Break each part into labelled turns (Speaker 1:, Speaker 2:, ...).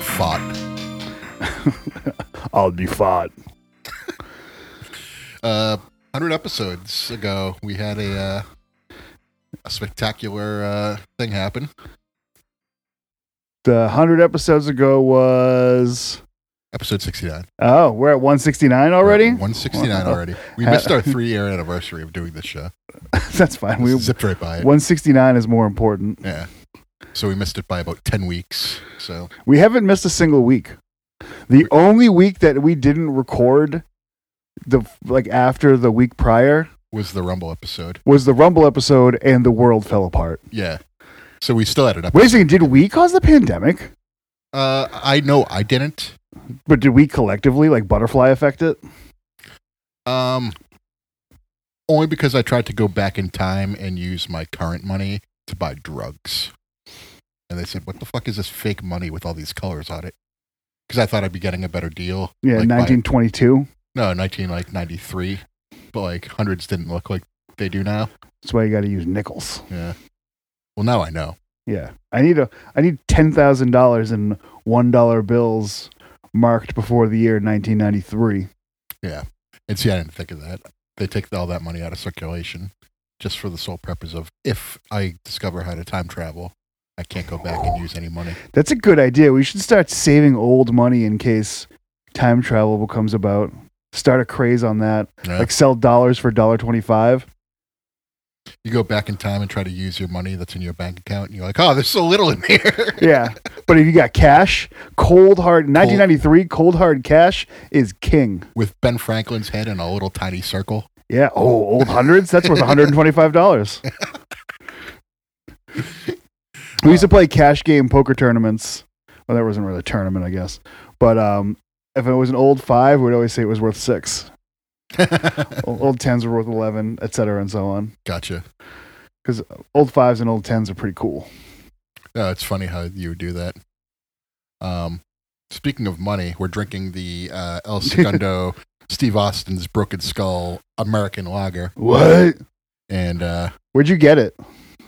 Speaker 1: fought.
Speaker 2: I'll be fought.
Speaker 1: Uh, 100 episodes ago, we had a uh, a spectacular uh, thing happen.
Speaker 2: The hundred episodes ago was
Speaker 1: Episode 69.
Speaker 2: oh, we're at one sixty nine already.
Speaker 1: 169 already. We missed our three year anniversary of doing this show.
Speaker 2: That's fine. We
Speaker 1: We zipped right by it.
Speaker 2: one sixty nine is more important.
Speaker 1: Yeah. So we missed it by about 10 weeks. So
Speaker 2: We haven't missed a single week. The only week that we didn't record the like after the week prior
Speaker 1: was the Rumble episode.
Speaker 2: was the Rumble episode and the world fell apart.
Speaker 1: Yeah. So we still had an
Speaker 2: Wait a
Speaker 1: episode.
Speaker 2: second, did we cause the pandemic?
Speaker 1: Uh, I know I didn't.
Speaker 2: But did we collectively like butterfly affect it?
Speaker 1: Um, only because I tried to go back in time and use my current money to buy drugs. And they said, "What the fuck is this fake money with all these colors on it?" Because I thought I'd be getting a better deal.
Speaker 2: Yeah,
Speaker 1: like, by-
Speaker 2: nineteen twenty two.
Speaker 1: no, nineteen like ninety three, but like hundreds didn't look like they do now.
Speaker 2: That's why you got to use nickels.
Speaker 1: Yeah. Well, now I know.
Speaker 2: Yeah, I need a I need ten thousand dollars in one dollar bills marked before the year nineteen ninety three.
Speaker 1: And see, I didn't think of that. They take all that money out of circulation just for the sole purpose of if I discover how to time travel, I can't go back and use any money.
Speaker 2: That's a good idea. We should start saving old money in case time travel becomes about. Start a craze on that.
Speaker 1: Yeah.
Speaker 2: Like sell dollars for dollar twenty five.
Speaker 1: you go back in time and try to use your money that's in your bank account, and you're like, oh, there's so little in here.
Speaker 2: Yeah, but if you got cash, cold hard nineteen ninety three cold hard cash is king.
Speaker 1: With Ben Franklin's head in a little tiny circle.
Speaker 2: Yeah. Oh, old hundreds. That's worth one hundred and twenty-five dollars. we used to play cash game poker tournaments. Well, that wasn't really a tournament, I guess. But um, if it was an old five, we'd always say it was worth six. O- old tens were worth eleven, et cetera, and so on.
Speaker 1: gotcha.
Speaker 2: Old fives and old tens are pretty cool.
Speaker 1: No, it's funny how you would do that. Um, speaking of money, we're drinking the uh, El Segundo Steve Austin's Broken Skull American Lager,
Speaker 2: What?
Speaker 1: and uh,
Speaker 2: Where'd you get it?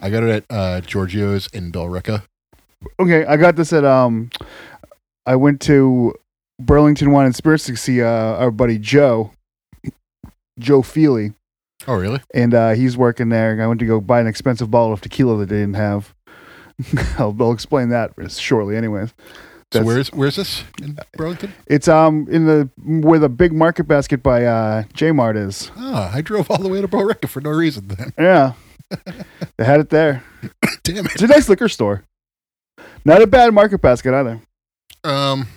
Speaker 1: I got it at uh, Giorgio's in Billerica.
Speaker 2: Okay, I got this at um, I went to Burlington Wine and Spirits to see uh, our buddy Joe, Joe Feely.
Speaker 1: Oh, really?
Speaker 2: and uh, he's working there. and I went to go buy an expensive bottle of tequila that they didn't have. I'll, I'll explain that shortly. Anyways,
Speaker 1: So
Speaker 2: That's-
Speaker 1: where's where's this in Burlington?
Speaker 2: it's um in the where the big market basket by uh, J Mart is.
Speaker 1: Ah, I drove all the way to Billerica for no reason. Then,
Speaker 2: Yeah, they had it there.
Speaker 1: damn it.
Speaker 2: It's a nice liquor store. Not a bad market basket either.
Speaker 1: Um,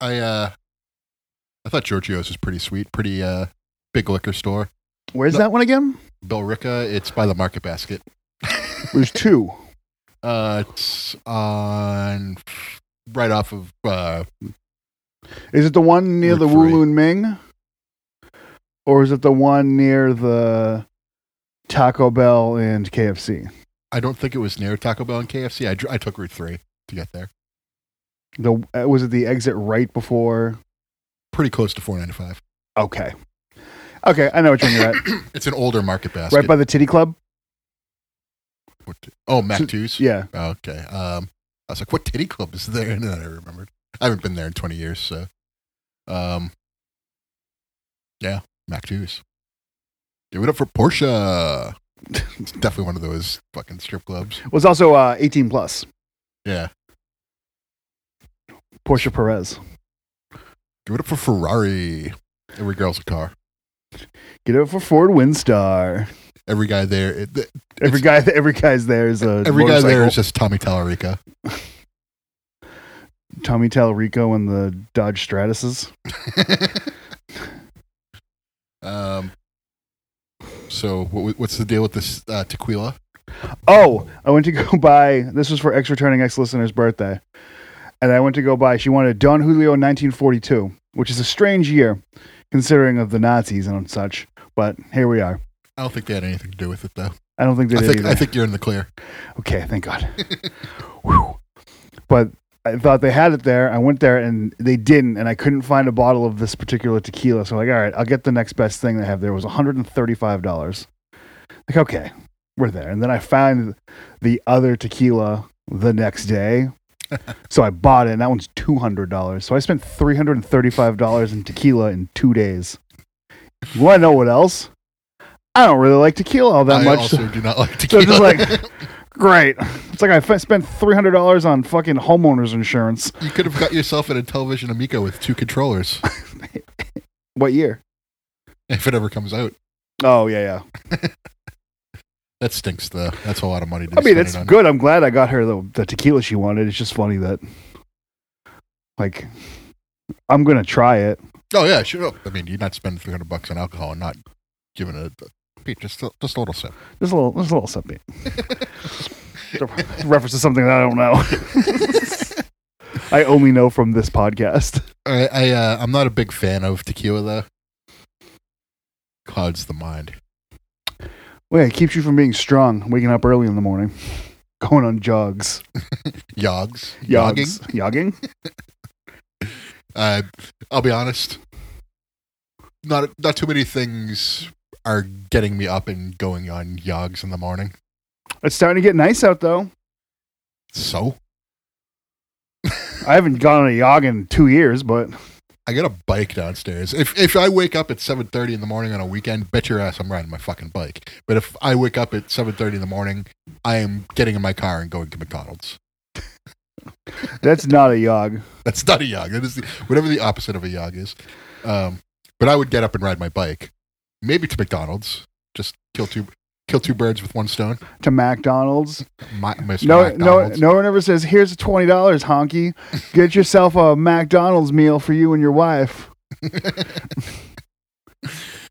Speaker 1: I uh, I thought Giorgio's was pretty sweet, pretty uh, big liquor store.
Speaker 2: Where's
Speaker 1: No.
Speaker 2: that one again?
Speaker 1: Belrica, it's by the Market Basket.
Speaker 2: There's two.
Speaker 1: Uh, it's on right off of uh,
Speaker 2: Is it the one near the
Speaker 1: Route three.
Speaker 2: Wulun Ming, or is it the one near the Taco Bell and KFC?
Speaker 1: I don't think it was near Taco Bell and KFC. I dr- I took Route Three to get there,
Speaker 2: The uh, was it the exit right before?
Speaker 1: pretty close to four ninety five.
Speaker 2: Okay. Okay, I know which one you're at.
Speaker 1: It's an older Market Basket.
Speaker 2: right by the Titty Club?
Speaker 1: oh, Mac Two's.
Speaker 2: Yeah.
Speaker 1: Oh, okay. Um, I was like, what titty club is there? And then I remembered. I haven't been there in 20 years, so. Um, yeah, Mac 2s. Give it up for Porsche. it's definitely one of those fucking strip clubs.
Speaker 2: Was also uh, 18 plus.
Speaker 1: Yeah.
Speaker 2: Portia Perez.
Speaker 1: Give it up for Ferrari. Every girl's a car.
Speaker 2: Get it for Ford Windstar.
Speaker 1: Every guy there, it, th-
Speaker 2: Every guy, every guy's there is a
Speaker 1: every guy there
Speaker 2: motorcycle.
Speaker 1: is just Tommy Tallarica.
Speaker 2: Tommy Talarico and the Dodge Stratuses.
Speaker 1: um, so what, what's the deal with this uh, tequila?
Speaker 2: Oh, I went to go buy. This was for ex returning ex listener's birthday, and I went to go buy. She wanted Don Julio 1942, which is a strange year, considering of the Nazis and such. But here we are.
Speaker 1: I don't think they had anything to do with it, though.
Speaker 2: I don't think they
Speaker 1: I
Speaker 2: did
Speaker 1: think,
Speaker 2: either.
Speaker 1: I think you're in the clear.
Speaker 2: Okay, thank God. Whew. But I thought they had it there. I went there and they didn't, and I couldn't find a bottle of this particular tequila. So I'm like, all right, I'll get the next best thing they have. There It was $135. Like, okay, we're there. And then I found the other tequila the next day, so I bought it, and that one's two hundred dollars. So I spent three hundred and thirty-five dollars in tequila in two days. You want to know what else? I don't really like tequila all that
Speaker 1: I
Speaker 2: much.
Speaker 1: also do not like
Speaker 2: So
Speaker 1: tequila.
Speaker 2: I'm just like, great. It's like I f- spent three hundred dollars on fucking homeowners insurance.
Speaker 1: you could have got yourself in a television Amico with two controllers
Speaker 2: What year?
Speaker 1: if it ever comes out.
Speaker 2: Oh yeah, yeah.
Speaker 1: That stinks, though. That's a lot of money to
Speaker 2: I mean,
Speaker 1: spend
Speaker 2: it's
Speaker 1: it on.
Speaker 2: good. I'm glad I got her the, the tequila she wanted. It's just funny that, like, I'm gonna try it.
Speaker 1: Oh yeah, sure. I mean, you're not spending 300 bucks on alcohol and not giving it a, just a, just a little sip.
Speaker 2: Just a little, just a little something. Reference to something that I don't know. I only know from this podcast.
Speaker 1: I, I uh, I'm not a big fan of tequila though. Clouds the mind.
Speaker 2: Wait, it keeps you from being strong. Waking up early in the morning, going on jogs,
Speaker 1: Yogs. Yogging.
Speaker 2: yogs, yogging.
Speaker 1: Uh, I'll be honest. Not not too many things are getting me up and going on yogs in the morning.
Speaker 2: It's starting to get nice out though.
Speaker 1: So
Speaker 2: I haven't gone on a yog in two years, but
Speaker 1: I got a bike downstairs. If if I wake up at seven thirty in the morning on a weekend, bet your ass I'm riding my fucking bike. But if I wake up at seven thirty in the morning, I am getting in my car and going to McDonald's.
Speaker 2: that's not a yog.
Speaker 1: That's not a yog. That is the, whatever the opposite of a yog is. Um, but I would get up and ride my bike, maybe to McDonald's. Just kill two kill two birds with one stone.
Speaker 2: To McDonald's,
Speaker 1: My, Mr.
Speaker 2: No, no,
Speaker 1: McDonald's.
Speaker 2: no one ever says, "Here's twenty dollars, honky. Get yourself a McDonald's meal for you and your wife."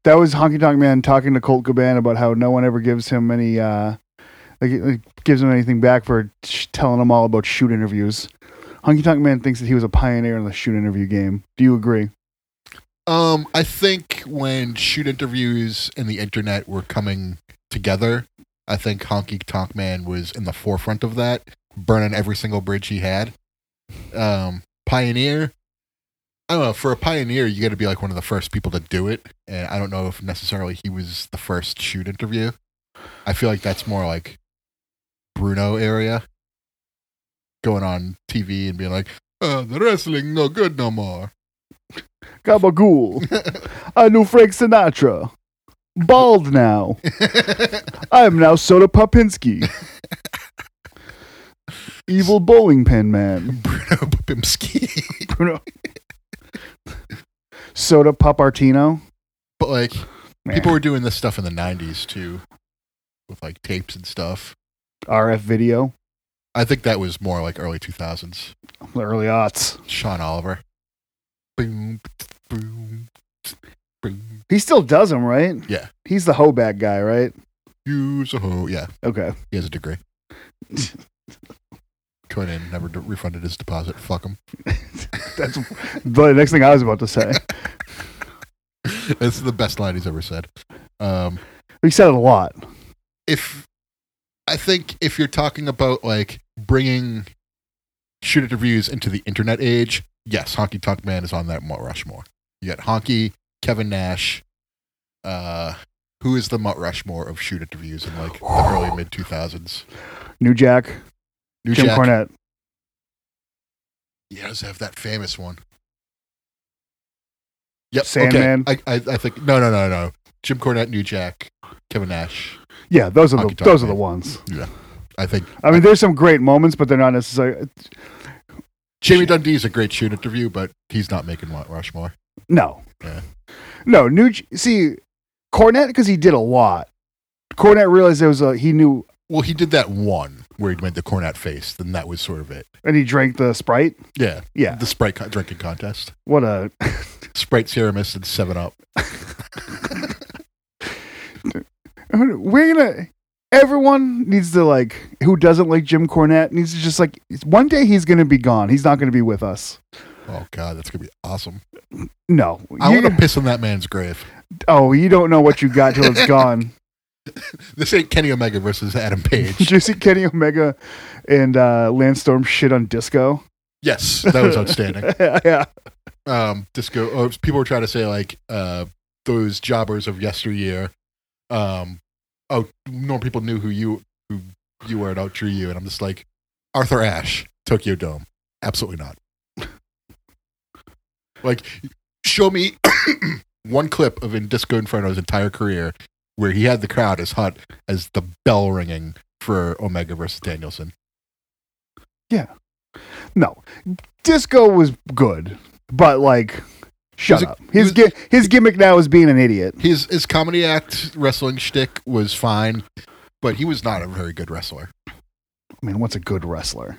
Speaker 2: that was Honky Tonk Man talking to Colt Cobain about how no one ever gives him any, uh, like, like, gives him anything back for sh- telling him all about shoot interviews. Honky Tonk Man thinks that he was a pioneer in the shoot interview game. Do you agree?
Speaker 1: Um, I think when shoot interviews and the internet were coming together, I think Honky Tonk Man was in the forefront of that, burning every single bridge he had. Um, pioneer. I don't know. For a pioneer, you got to be like one of the first people to do it, and I don't know if necessarily he was the first shoot interview. I feel like that's more like Bruno area, going on TV and being like, "Uh, the wrestling no good no more."
Speaker 2: Gabagool. I knew Frank Sinatra. Bald now. I am now Soda Popinski. Evil bowling pin man.
Speaker 1: Bruno Bimski.
Speaker 2: Bruno. Soda Popartino.
Speaker 1: But like
Speaker 2: Meh.
Speaker 1: people were doing this stuff in the '90s too, with like tapes and stuff.
Speaker 2: RF video.
Speaker 1: I think that was more like early 2000s.
Speaker 2: The early aughts.
Speaker 1: Sean Oliver. Boom, boom, boom.
Speaker 2: He still does them, right?
Speaker 1: Yeah.
Speaker 2: He's the hoe bag guy, right?
Speaker 1: Use a hoe. Yeah,
Speaker 2: Okay.
Speaker 1: he has a degree. Conan never d- refunded his deposit. Fuck him.
Speaker 2: That's the next thing I was about to say.
Speaker 1: That's the best line he's ever said. Um,
Speaker 2: He said it a lot.
Speaker 1: if I think if you're talking about like bringing shoot interviews into the internet age, yes, Honky Tonk Man is on that Mount Rushmore. You got Honky, Kevin Nash. Uh, who is the Mount Rushmore of shoot interviews in like the early mid 2000s?
Speaker 2: New Jack,
Speaker 1: New
Speaker 2: Jim
Speaker 1: Jack.
Speaker 2: Cornette.
Speaker 1: He does have that famous one. Yep.
Speaker 2: Sandman.
Speaker 1: Okay. I, I, I think no no no no. Jim Cornette, New Jack, Kevin Nash.
Speaker 2: Yeah, those are the
Speaker 1: Honky Tonk
Speaker 2: those are the
Speaker 1: Man.
Speaker 2: ones.
Speaker 1: I think
Speaker 2: I mean, there's some great moments, but they're not necessarily.
Speaker 1: Jamie Dundee is a great shoot interview, but he's not making Mount Rushmore.
Speaker 2: No.
Speaker 1: Yeah.
Speaker 2: No, New see Cornette because he did a lot. Cornette realized there was a he knew
Speaker 1: Well, he did that one where he went the cornet face, then that was sort of it.
Speaker 2: and he drank the Sprite.
Speaker 1: Yeah,
Speaker 2: Yeah.
Speaker 1: the Sprite co- drinking contest,
Speaker 2: What a
Speaker 1: Sprite Sierra Mist and Seven Up.
Speaker 2: we're gonna everyone needs to like who doesn't like Jim Cornette needs to just like one day he's gonna be gone. He's not gonna be with us.
Speaker 1: Oh God, that's gonna be awesome.
Speaker 2: No.
Speaker 1: I
Speaker 2: You-
Speaker 1: want to piss in that man's grave.
Speaker 2: oh, you don't know what you got till it's gone.
Speaker 1: This ain't Kenny Omega versus Adam Page.
Speaker 2: Juicy Kenny Omega and uh Landstorm shit on disco.
Speaker 1: yes, that was outstanding.
Speaker 2: yeah.
Speaker 1: Um, disco. Oh, people were trying to say like uh, those jobbers of yesteryear. Um, oh, normal people knew who you who you were and outdrew you, and I'm just like Arthur Ashe. Tokyo Dome. Absolutely not. like, show me one clip of in Disco Inferno's entire career where he had the crowd as hot as the bell ringing for Omega versus Danielson.
Speaker 2: No, Disco was good, but like, shut
Speaker 1: He's a-
Speaker 2: up. His
Speaker 1: he was-
Speaker 2: gi- his gimmick now is being an idiot.
Speaker 1: His his comedy act wrestling shtick was fine, but he was not a very good wrestler.
Speaker 2: I mean, what's a good wrestler?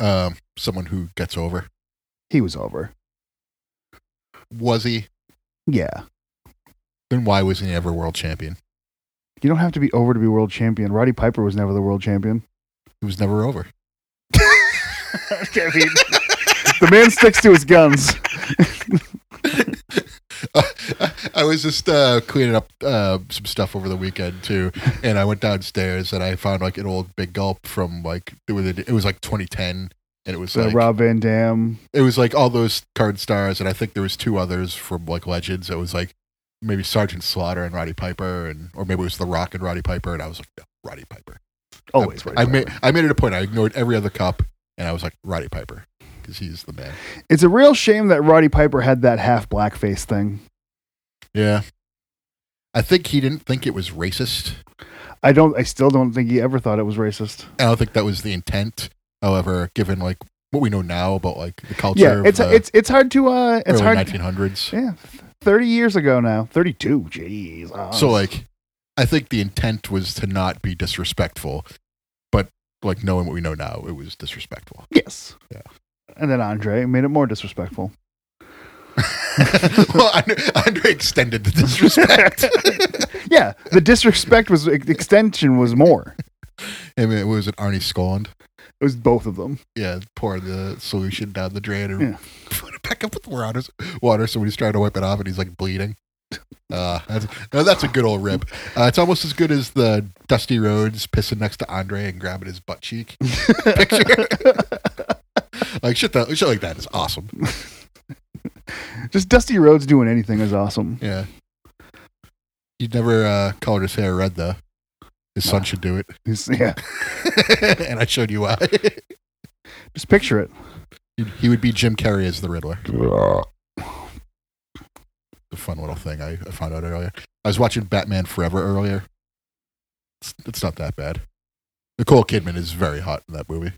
Speaker 1: Um, someone who gets over.
Speaker 2: He was over.
Speaker 1: Was he?
Speaker 2: Yeah,
Speaker 1: Then why was he ever world champion?
Speaker 2: you don't have to be over to be world champion. Roddy Piper was never the world champion.
Speaker 1: He was never over.
Speaker 2: The man sticks to his guns.
Speaker 1: I was just uh, cleaning up uh, some stuff over the weekend too, and I went downstairs and I found like an old Big Gulp from like it was it was like 2010, and it was
Speaker 2: So
Speaker 1: like
Speaker 2: Rob Van Dam.
Speaker 1: it was like all those card stars, and I think there was two others from like Legends. It was like maybe Sergeant Slaughter and Roddy Piper, and or maybe it was The Rock and Roddy Piper, and I was like no, Roddy Piper.
Speaker 2: Always
Speaker 1: I,
Speaker 2: Roddy
Speaker 1: I
Speaker 2: Piper.
Speaker 1: made I made it a point. I ignored every other cup, and I was like Roddy Piper because he's the man.
Speaker 2: It's a real shame that Roddy Piper had that half blackface thing.
Speaker 1: Yeah, I think he didn't think it was racist.
Speaker 2: I don't. I still don't think he ever thought it was racist.
Speaker 1: I don't think that was the intent. However, given like what we know now about like the culture,
Speaker 2: yeah, it's
Speaker 1: of the
Speaker 2: it's it's hard to. uh It's
Speaker 1: early
Speaker 2: hard.
Speaker 1: 1900s.
Speaker 2: Yeah, thirty years ago now. Thirty-two. Jeez. oh.
Speaker 1: So like, I think the intent was to not be disrespectful, but like knowing what we know now, it was disrespectful.
Speaker 2: Yes.
Speaker 1: Yeah.
Speaker 2: And then Andre made it more disrespectful.
Speaker 1: well, Andre, Andre extended the disrespect.
Speaker 2: Yeah, the disrespect was extension was more.
Speaker 1: I mean, it was an Arnie Skolland.
Speaker 2: It was both of them.
Speaker 1: Yeah, pouring the solution down the drain and
Speaker 2: Yeah.
Speaker 1: put it back up with the water. Water. So when he's trying to wipe it off, and he's like bleeding. Uh, that's, no, that's a good old rip. Uh, it's almost as good as the Dusty Rhodes pissing next to Andre and grabbing his butt cheek picture. like shit, that shit like that is awesome.
Speaker 2: Just Dusty Rhodes doing anything is awesome.
Speaker 1: Yeah. You never uh, colored his hair red though. His son
Speaker 2: No.
Speaker 1: should do
Speaker 2: He's- yeah,
Speaker 1: it, and I showed you why.
Speaker 2: just picture it.
Speaker 1: he would be Jim Carrey as the Riddler. a fun little thing I, I found out earlier. I was watching Batman Forever earlier. It's, it's not that bad. Nicole Kidman is very hot in that movie.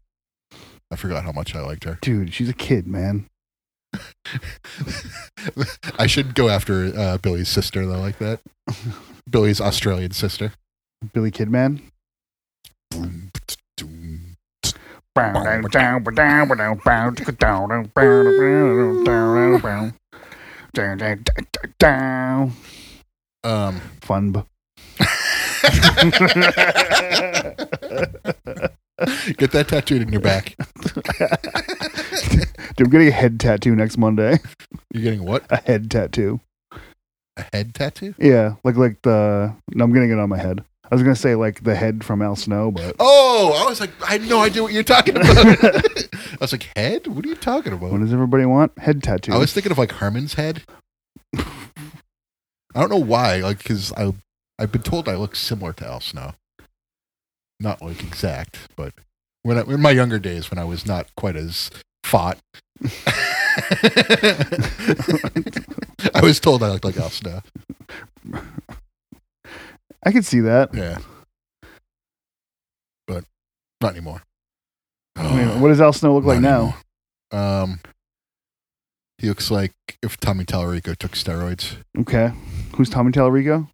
Speaker 1: I forgot how much I liked her.
Speaker 2: Dude, she's a kid, man.
Speaker 1: I should go after uh, Billy's sister though, like that. Billy's Australian sister.
Speaker 2: Billy Kidman.
Speaker 1: Boom, t- doom.
Speaker 2: Fun.
Speaker 1: Um, get that tattooed in your back.
Speaker 2: Dude, I'm getting a head tattoo next Monday.
Speaker 1: You're getting what?
Speaker 2: A head tattoo.
Speaker 1: A head tattoo?
Speaker 2: Yeah, like like the. No, I'm getting it on my head. I was gonna say like the head from Al Snow, but
Speaker 1: Oh, I was like, I had no idea what you're talking about. I was like, head? What are you talking about?
Speaker 2: what does everybody want? Head tattoo.
Speaker 1: I was thinking of like Herman's head. I don't know why, like because I I've been told I look similar to Al Snow. Not like exact, but when I, in my younger days when I was not quite as fought, I was told I looked like Al Snow.
Speaker 2: I could see that.
Speaker 1: Yeah, but not anymore.
Speaker 2: I mean, what does Al Snow look like
Speaker 1: Not
Speaker 2: now?
Speaker 1: anymore. Um, he looks like if Tommy Tallarico took steroids.
Speaker 2: Okay, who's Tommy Tallarico?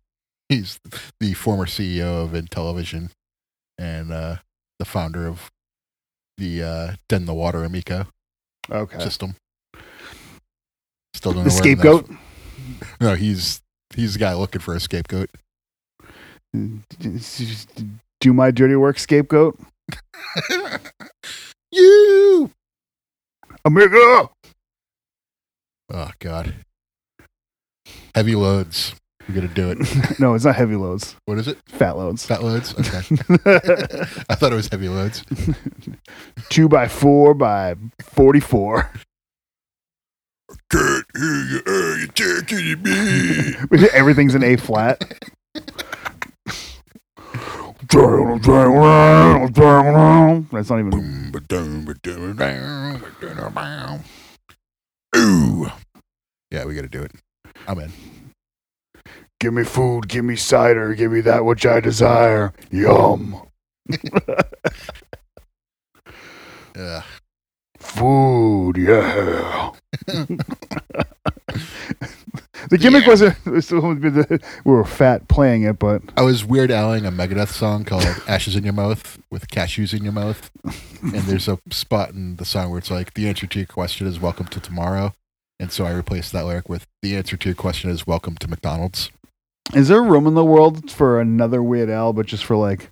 Speaker 1: he's the former CEO of Intellivision and uh, the founder of the uh, Den the Water Amico
Speaker 2: Okay,
Speaker 1: system. Still don't
Speaker 2: the
Speaker 1: know where
Speaker 2: scapegoat.
Speaker 1: that's- No, he's he's the guy looking for a scapegoat.
Speaker 2: Do my dirty work, scapegoat.
Speaker 1: you.
Speaker 2: Amigo.
Speaker 1: Oh God. Heavy loads. We're gonna do it.
Speaker 2: no, it's not heavy loads.
Speaker 1: What is it?
Speaker 2: Fat loads.
Speaker 1: Fat loads. Okay. I thought it was heavy loads.
Speaker 2: Two by four by forty-four.
Speaker 1: Can't hear you. uh, You can't hear me.
Speaker 2: Everything's in A flat. That's not even.
Speaker 1: Boom, ba-doom, ba-doom, ba-doom, ba-doom, ba-doom. Ooh. Yeah, we got to do it. I'm in.
Speaker 2: Give me food, give me cider, give me that which I desire. Yum.
Speaker 1: Yeah.
Speaker 2: Food, yeah. the gimmick
Speaker 1: Yeah.
Speaker 2: wasn't. It was supposed to be the, we were fat playing it, but
Speaker 1: I was weird owling a Megadeth song called Ashes in Your Mouth with cashews in your mouth. And there's a spot in the song where it's like, the answer to your question is welcome to tomorrow. And so I replaced that lyric with, the answer to your question is welcome to McDonald's.
Speaker 2: is there room in the world for another Weird Al, but just for like.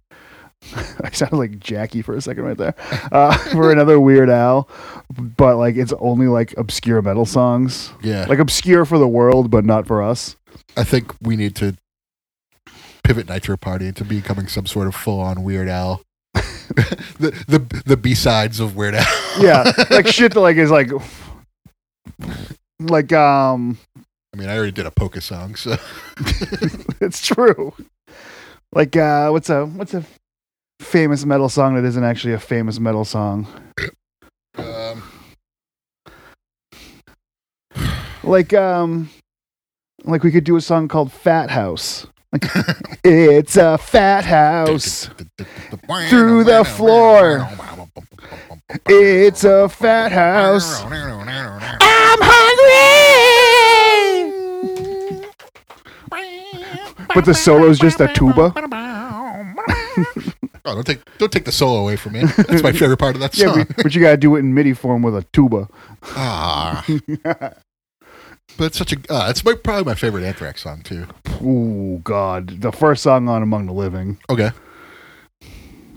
Speaker 2: I sounded like Jackie for a second right there. Uh, for another Weird Al, but like it's only like obscure metal songs.
Speaker 1: Yeah.
Speaker 2: Like obscure for the world, but not for us.
Speaker 1: I think we need to pivot Nitro Party into becoming some sort of full on Weird Al. the the the B sides of Weird Al.
Speaker 2: Yeah. like shit that like is like. Like, um.
Speaker 1: I mean, I already did a polka song, so
Speaker 2: it's true. Like uh, what's a what's a famous metal song that isn't actually a famous metal song?
Speaker 1: um,
Speaker 2: Like um, like we could do a song called Fat House. Like it's a fat house. Through the floor. It's a fat house. I'm hungry. But the solo's just a tuba.
Speaker 1: Oh, don't take don't take the solo away from me. That's my favorite part of that
Speaker 2: Yeah,
Speaker 1: song.
Speaker 2: but, but you gotta do it in MIDI form with a tuba.
Speaker 1: Ah. but it's such a uh, it's my, probably my favorite Anthrax song too.
Speaker 2: Ooh, God, the first song on Among the Living.
Speaker 1: Okay.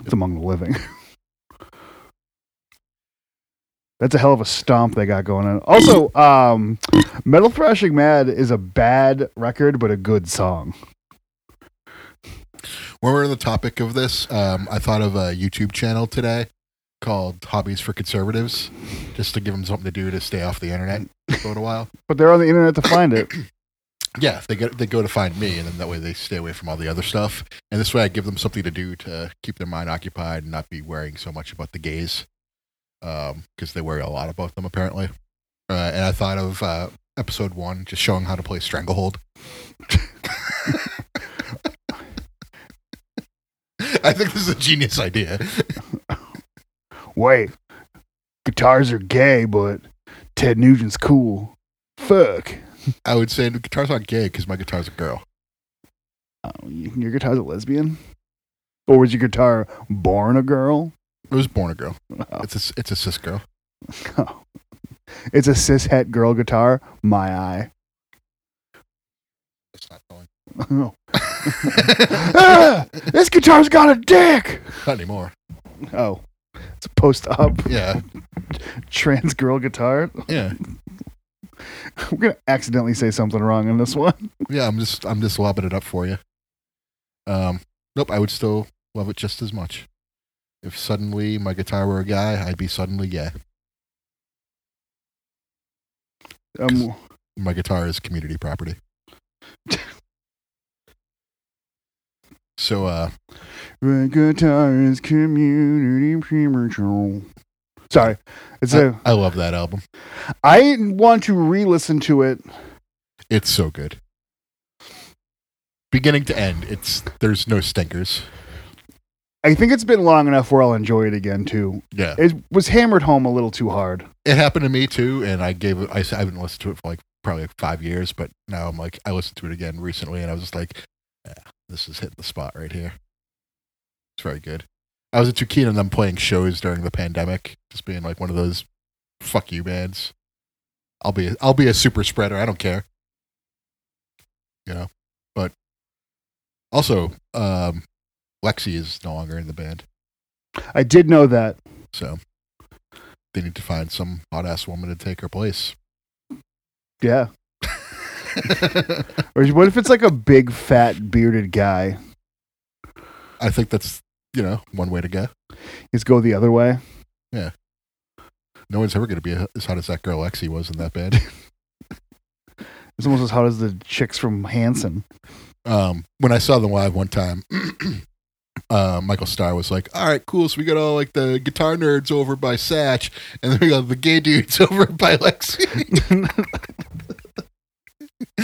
Speaker 2: It's Among the Living. That's a hell of a stomp they got going on. Also, um, Metal Thrashing Mad is a bad record, but a good song.
Speaker 1: When we're on the topic of this, um, I thought of a YouTube channel today called Hobbies for Conservatives, just to give them something to do to stay off the internet for a little while.
Speaker 2: But they're on the internet to find it.
Speaker 1: Yeah, they get they go to find me, and then that way they stay away from all the other stuff. And this way, I give them something to do to keep their mind occupied and not be worrying so much about the gays, because they worry a lot about them apparently. Uh, and I thought of uh, episode one, just showing how to play Stranglehold. I think this is a genius idea.
Speaker 2: Wait, guitars are gay, but Ted Nugent's cool. Fuck.
Speaker 1: I would say the guitar's not gay because my guitar's a girl.
Speaker 2: Uh, your guitar's a lesbian? Or was your guitar born a girl?
Speaker 1: It was born a girl. It's a it's a cis girl.
Speaker 2: It's a cis het girl guitar. My eye.
Speaker 1: It's not
Speaker 2: Oh.
Speaker 1: going.
Speaker 2: Ah, this guitar's got a dick.
Speaker 1: not anymore.
Speaker 2: Oh, it's a post up
Speaker 1: Yeah.
Speaker 2: trans girl guitar.
Speaker 1: Yeah,
Speaker 2: We're gonna accidentally say something wrong in this one.
Speaker 1: yeah. I'm just I'm just lobbing it up for you. Um, nope. I would still love it just as much. If suddenly my guitar were a guy, I'd be suddenly yeah.
Speaker 2: Um,
Speaker 1: My guitar is community property. so uh,
Speaker 2: the guitar is community premature. Sorry, it's a.
Speaker 1: I love that album.
Speaker 2: I want to re-listen to it.
Speaker 1: It's so good. Beginning to end, it's there's no stinkers.
Speaker 2: I think it's been long enough where I'll enjoy it again too.
Speaker 1: Yeah,
Speaker 2: It was hammered home a little too hard.
Speaker 1: it happened to me too, and I gave it. I, s- I haven't listened to it for like probably like five years, but now I'm like I listened to it again recently, and I was just like, yeah, this is hitting the spot right here. It's very good. I wasn't too keen on them playing shows during the pandemic, just being like one of those fuck you bands. I'll be I'll be a super spreader. I don't care. You know, but also, um, Lexi is no longer in the band,
Speaker 2: I did know that.
Speaker 1: so they need to find some hot ass woman to take her place.
Speaker 2: Yeah. Or what if it's like a big fat bearded guy?
Speaker 1: I think that's you know one way to go.
Speaker 2: Just go the other way.
Speaker 1: No one's ever going to be as hot as that girl Lexi was in that band.
Speaker 2: It's almost as hot as the chicks from Hanson.
Speaker 1: Um, when I saw them live one time, uh, Michael Starr was like, "All right, cool. So we got all like the guitar nerds over by Satch, and then we got the gay dudes over by Lexi."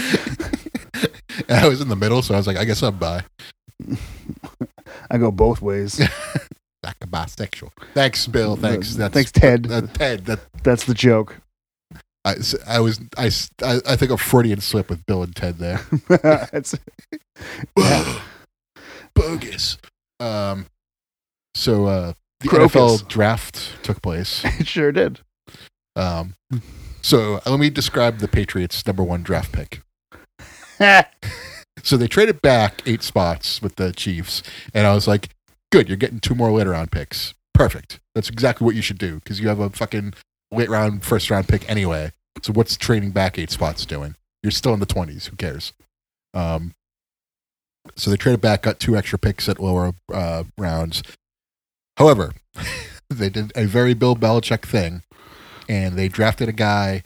Speaker 1: And I was in the middle, so I was like, "I guess I'm bi."
Speaker 2: I go both ways.
Speaker 1: Like a bisexual. Thanks, Bill. Thanks.
Speaker 2: Uh,
Speaker 1: That's,
Speaker 2: thanks, Ted.
Speaker 1: Uh, Ted. That
Speaker 2: That's the joke.
Speaker 1: I, I was I, I I think a Freudian slip with Bill and Ted there.
Speaker 2: It's-
Speaker 1: Bogus. Um. So uh, the
Speaker 2: Crocus.
Speaker 1: NFL draft took place.
Speaker 2: it sure did.
Speaker 1: Um, so uh, let me describe the Patriots' number one draft pick. So they traded back eight spots with the Chiefs, and I was like, "Good, you're getting two more later round picks. Perfect. That's exactly what you should do because you have a fucking late round, first round pick anyway. So what's trading back eight spots doing? You're still in the twenties. Who cares?" Um, so they traded back, got two extra picks at lower uh, rounds. However, they did a very Bill Belichick thing, and they drafted a guy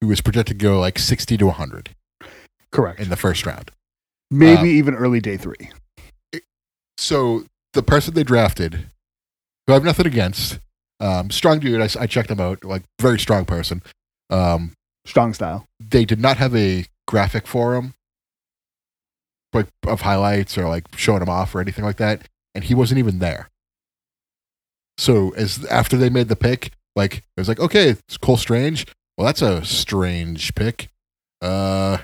Speaker 1: who was projected to go like sixty to hundred
Speaker 2: Correct.
Speaker 1: in the first round.
Speaker 2: Maybe
Speaker 1: Um,
Speaker 2: even early day three.
Speaker 1: so the person they drafted, who I have nothing against, um, strong dude. I, I checked him out, like very strong person. Um,
Speaker 2: Strong style.
Speaker 1: they did not have a graphic for him, like of highlights or like showing him off or anything like that, and he wasn't even there. So as after they made the pick, like it was like, okay, it's Cole Strange. Well, that's a strange pick. Uh,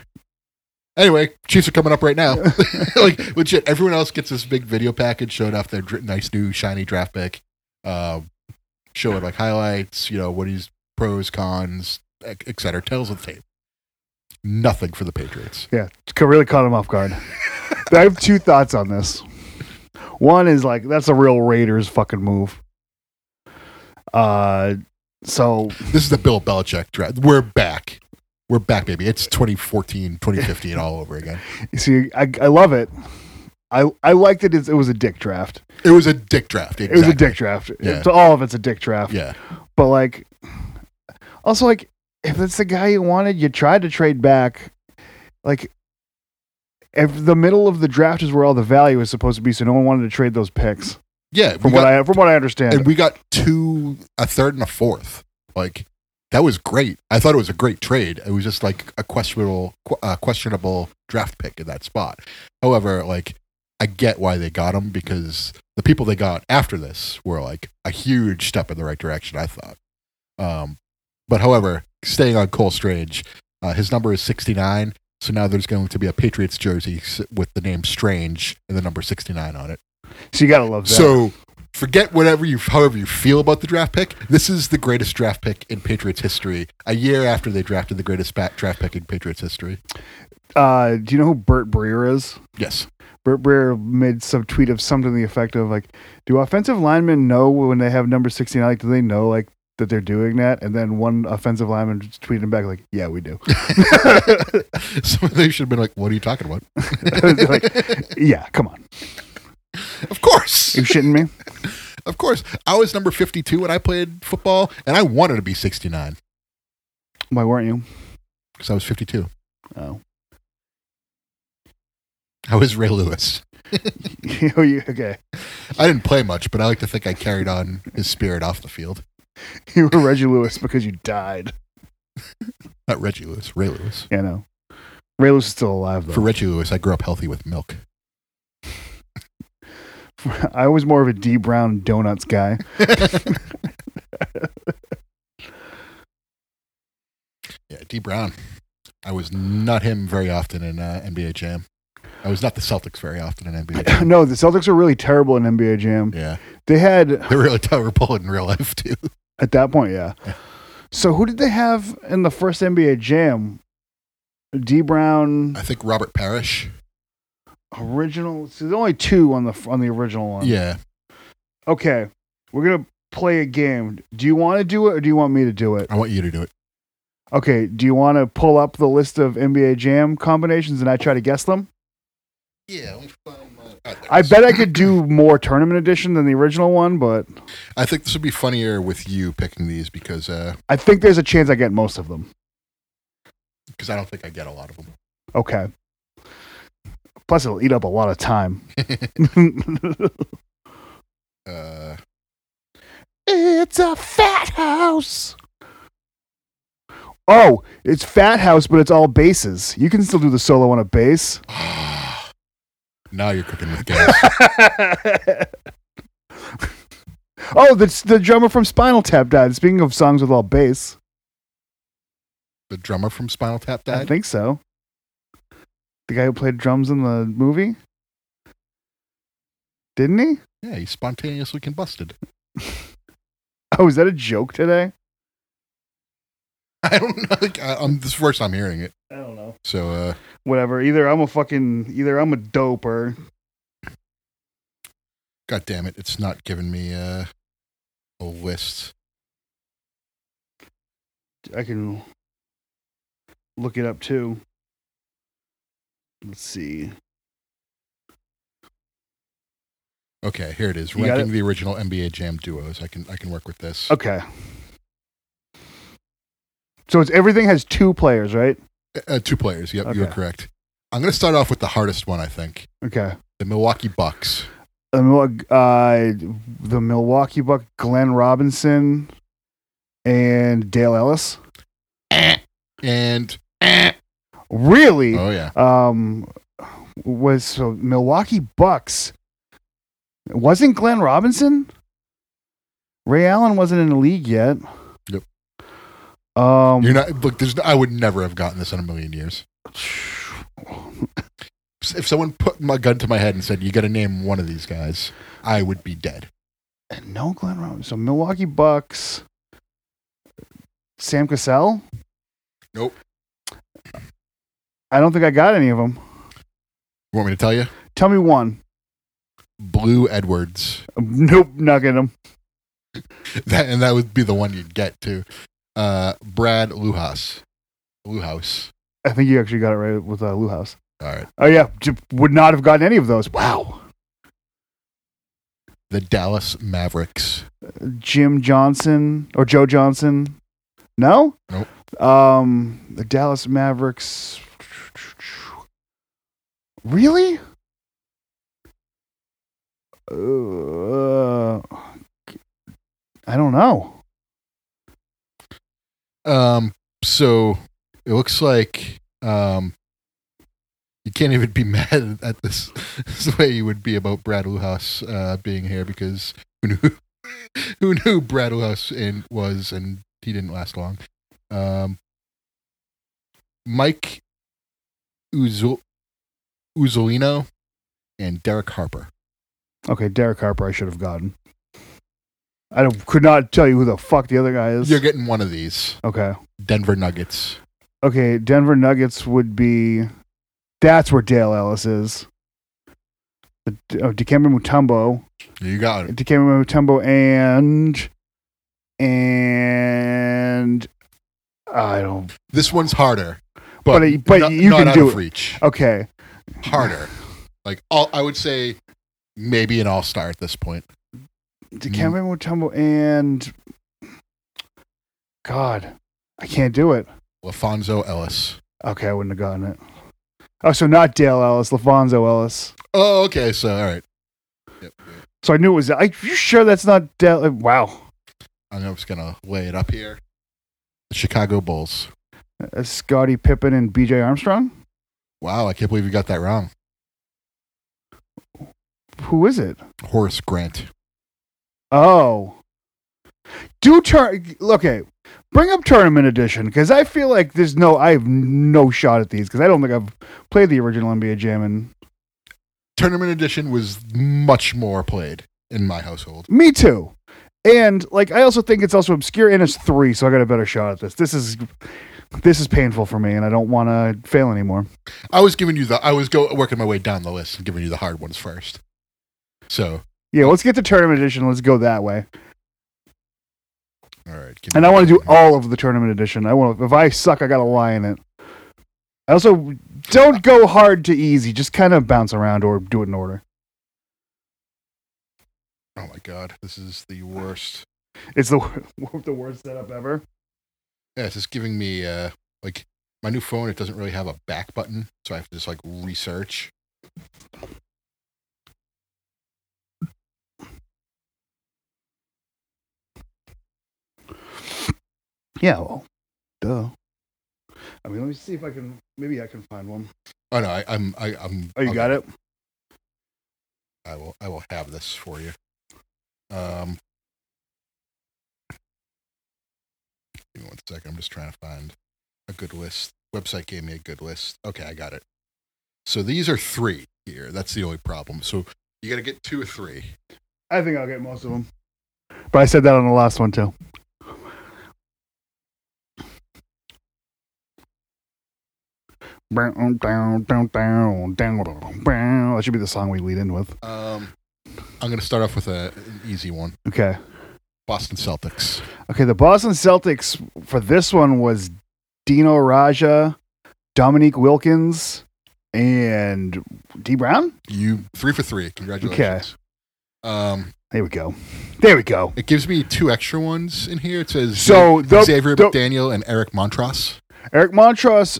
Speaker 1: anyway, Chiefs are coming up right now. like legit, everyone else gets this big video package showing off their dr- nice new shiny draft pick, uh, showing like highlights, you know, what he's pros, cons, et et cetera, tails of the tape. Nothing for the Patriots.
Speaker 2: Yeah. Ca- Really caught him off guard. I have two thoughts on this. One is like, that's a real Raiders fucking move. Uh, so
Speaker 1: This is the Bill Belichick draft. We're back. We're back, baby. It's 2014, 2015 all over again.
Speaker 2: you see, I, I love it. I, I liked it. It was a dick draft.
Speaker 1: It was a dick draft.
Speaker 2: It was a
Speaker 1: exactly.
Speaker 2: dick draft.
Speaker 1: Yeah.
Speaker 2: To all of it's a dick draft.
Speaker 1: Yeah.
Speaker 2: But like, also like, if it's the guy you wanted, you tried to trade back. Like, if the middle of the draft is where all the value is supposed to be, so no one wanted to trade those picks.
Speaker 1: Yeah.
Speaker 2: From what I from what I understand,
Speaker 1: and we got two, a third and a fourth. Like that was great. I thought it was a great trade. It was just like a questionable, qu- uh, questionable draft pick in that spot. However, like I get why they got him because the people they got after this were like a huge step in the right direction. I thought. Um, but however, staying on Cole Strange, uh, his number is sixty nine. So now there's going to be a Patriots jersey s- with the name Strange and the number sixty nine on it.
Speaker 2: so you gotta love that.
Speaker 1: So forget whatever you, however you feel about the draft pick. This is the greatest draft pick in Patriots history. A year after they drafted the greatest ba- draft pick in Patriots history.
Speaker 2: uh, do you know who Bert Breer is?
Speaker 1: Yes.
Speaker 2: Bert Breer made some tweet of something to the effect of like, "Do offensive linemen know when they have number sixty nine? Like, do they know like that they're doing that?" And then one offensive lineman just tweeted him back like, "Yeah, we do."
Speaker 1: so they should have been like, "What are you talking about?"
Speaker 2: Like- yeah, come on,
Speaker 1: Of course,
Speaker 2: you shitting me?
Speaker 1: of course. I was number fifty-two when I played football, and I wanted to be sixty-nine
Speaker 2: Why weren't you?
Speaker 1: because I was fifty-two.
Speaker 2: Oh.
Speaker 1: I was Ray Lewis.
Speaker 2: Oh, you okay?
Speaker 1: I didn't play much, but I like to think I carried on his spirit off the field.
Speaker 2: You were Reggie Lewis because you died.
Speaker 1: Not Reggie Lewis, Ray Lewis.
Speaker 2: Yeah, no. Ray Lewis is still alive
Speaker 1: For
Speaker 2: though.
Speaker 1: Reggie Lewis, I grew up healthy with milk.
Speaker 2: I was more of a D Brown donuts guy.
Speaker 1: Yeah, D Brown. I was not him very often in uh, NBA Jam. I was not the Celtics very often in NBA Jam.
Speaker 2: no, the Celtics were really terrible in NBA Jam.
Speaker 1: Yeah,
Speaker 2: They had
Speaker 1: they're really terrible in real life too.
Speaker 2: at that point, yeah. So who did they have in the first NBA Jam? D Brown
Speaker 1: I think Robert Parrish.
Speaker 2: original. So there's only two on the on the original one.
Speaker 1: Yeah,
Speaker 2: Okay, we're gonna play a game. Do you want to do it or do you want me to do it?
Speaker 1: I want you to do it.
Speaker 2: Okay, do you want to pull up the list of NBA Jam combinations and I try to guess them?
Speaker 1: Yeah, let me find my. Ah, there
Speaker 2: I
Speaker 1: it is.
Speaker 2: bet I could do more tournament edition than the original one, but
Speaker 1: I think this would be funnier with you picking these because uh,
Speaker 2: I think there's a chance I get most of them.
Speaker 1: because I don't think I get a lot of them.
Speaker 2: Okay. Plus, it'll eat up a lot of time.
Speaker 1: Uh,
Speaker 2: It's a fat house. Oh, it's fat house, but it's all basses. You can still do the solo on a bass.
Speaker 1: now you're cooking with gas.
Speaker 2: oh, that's the drummer from Spinal Tap died. Speaking of songs with all bass,
Speaker 1: the drummer from Spinal Tap
Speaker 2: I
Speaker 1: died.
Speaker 2: think so. The guy who played drums in the movie, didn't he?
Speaker 1: yeah, he spontaneously combusted.
Speaker 2: Oh, is that a joke today?
Speaker 1: I don't know. Like, I, I'm this is the first time hearing it.
Speaker 2: I don't know.
Speaker 1: So uh,
Speaker 2: Whatever. Either I'm a fucking either I'm a dope or
Speaker 1: God damn it, it's not giving me uh, a list.
Speaker 2: I can look it up too. Let's see.
Speaker 1: Okay, here it is.
Speaker 2: You got
Speaker 1: Ranking the original NBA Jam duos. I can I can work with this.
Speaker 2: Okay. So it's everything has two players, right?
Speaker 1: Uh, two players. Yep, you're
Speaker 2: Okay.
Speaker 1: correct. I'm gonna start off with the hardest one. I think
Speaker 2: Okay.
Speaker 1: the Milwaukee Bucks.
Speaker 2: The, Mil- uh, the Milwaukee Buck, Glenn Robinson, and Dale Ellis.
Speaker 1: And
Speaker 2: Really?
Speaker 1: oh yeah,
Speaker 2: um, was so Milwaukee Bucks. Wasn't Glenn Robinson? Ray Allen wasn't in the league yet.
Speaker 1: Nope.
Speaker 2: Um,
Speaker 1: you're not. Look, there's. I would never have gotten this in a million years. If someone put my gun to my head and said, "You got to name one of these guys," I would be dead.
Speaker 2: no Glenn Robinson. So Milwaukee Bucks. Sam Cassell.
Speaker 1: Nope.
Speaker 2: I don't think I got any of them.
Speaker 1: You want me to tell you?
Speaker 2: Tell me one.
Speaker 1: Blue Edwards.
Speaker 2: Nope, not getting them.
Speaker 1: That and that would be the one you'd get too. Uh, Brad Luhas. Luhouse.
Speaker 2: I think you actually got it right with uh, Lou House.
Speaker 1: All right.
Speaker 2: Oh yeah, j- would not have gotten any of those. Wow.
Speaker 1: The Dallas Mavericks.
Speaker 2: Jim Johnson or Joe Johnson. No?
Speaker 1: Nope.
Speaker 2: Um, the Dallas Mavericks. Really? Uh, I don't know.
Speaker 1: Um, so it looks like um, you can't even be mad at this, this way you would be about Brad Luhas uh, being here because who knew who knew Brad Luhas in, was and he didn't last long. Um, Mike Uzzol- Uzzolino and Derek Harper.
Speaker 2: Okay, Derek Harper, I should have gotten. I don't- could not tell you who the fuck the other guy is.
Speaker 1: You're getting one of these
Speaker 2: okay.
Speaker 1: Denver Nuggets.
Speaker 2: Okay, Denver Nuggets would be. That's where Dale Ellis is. The, oh, Dikembe Mutombo.
Speaker 1: You got it.
Speaker 2: Dikembe Mutombo and and I don't.
Speaker 1: This one's harder, but
Speaker 2: But it- but
Speaker 1: not-
Speaker 2: you
Speaker 1: not
Speaker 2: can
Speaker 1: out
Speaker 2: do
Speaker 1: of
Speaker 2: it.
Speaker 1: reach.
Speaker 2: Okay,
Speaker 1: harder. Like all, I would say, maybe an all star at this point.
Speaker 2: Dikembe Mutombo and God, I can't do it.
Speaker 1: Lafonso Ellis.
Speaker 2: Okay, I wouldn't have gotten it. Oh, so not Dale Ellis, Lafonso Ellis.
Speaker 1: Oh, okay. So all right. Yep.
Speaker 2: So I knew it was. Are you sure that's not Dale? Wow,
Speaker 1: I'm just gonna lay it up here. The Chicago Bulls.
Speaker 2: Uh, Scottie Pippen and B.J. Armstrong.
Speaker 1: Wow, I can't believe you got that wrong.
Speaker 2: Who is it?
Speaker 1: Horace Grant.
Speaker 2: Oh. Do turn okay. Bring up tournament edition because I feel like there's no I have no shot at these because I don't think I've played the original NBA Jam and
Speaker 1: Tournament edition was much more played in my household.
Speaker 2: me too. And like I also think it's also obscure and it's three, so I got a better shot at this. This is this is painful for me and I don't want to fail anymore.
Speaker 1: I was giving you the. I was go working my way down the list and giving you the hard ones first. So
Speaker 2: Yeah, let's get to tournament edition. Let's go that way.
Speaker 1: all right. give
Speaker 2: And
Speaker 1: me-
Speaker 2: I want to do all of the tournament edition. I want to, if I suck, I got to lie in it. I also don't go hard to easy. Just kind of bounce around or do it in order.
Speaker 1: Oh my god, this is the worst.
Speaker 2: It's the wor- the worst setup ever.
Speaker 1: Yeah, it's just giving me uh like my new phone. It doesn't really have a back button, so I have to just like research.
Speaker 2: Yeah, well, duh. I mean, let me see if I can. Maybe I can find one.
Speaker 1: Oh no, I, I'm I, I'm.
Speaker 2: Oh, you
Speaker 1: I'll
Speaker 2: got
Speaker 1: get
Speaker 2: it?
Speaker 1: I will I will have this for you. Um, give me one second. I'm just trying to find a good list. Website gave me a good list. Okay, I got it. So these are three here. That's the only problem. So you got to get two or three.
Speaker 2: I think I'll get most of them. But I said that on the last one too. That should be the song we lead in with.
Speaker 1: Um, I'm going to start off with a, an easy one.
Speaker 2: Okay.
Speaker 1: Boston Celtics.
Speaker 2: Okay, the Boston Celtics for this one was Dino Raja, Dominique Wilkins, and D Brown.
Speaker 1: You three for three. Congratulations. Um,
Speaker 2: There we go. There we go.
Speaker 1: it gives me two extra ones in here. It says
Speaker 2: So the,
Speaker 1: Xavier
Speaker 2: the-
Speaker 1: McDaniel and Eric Montross.
Speaker 2: Eric Montross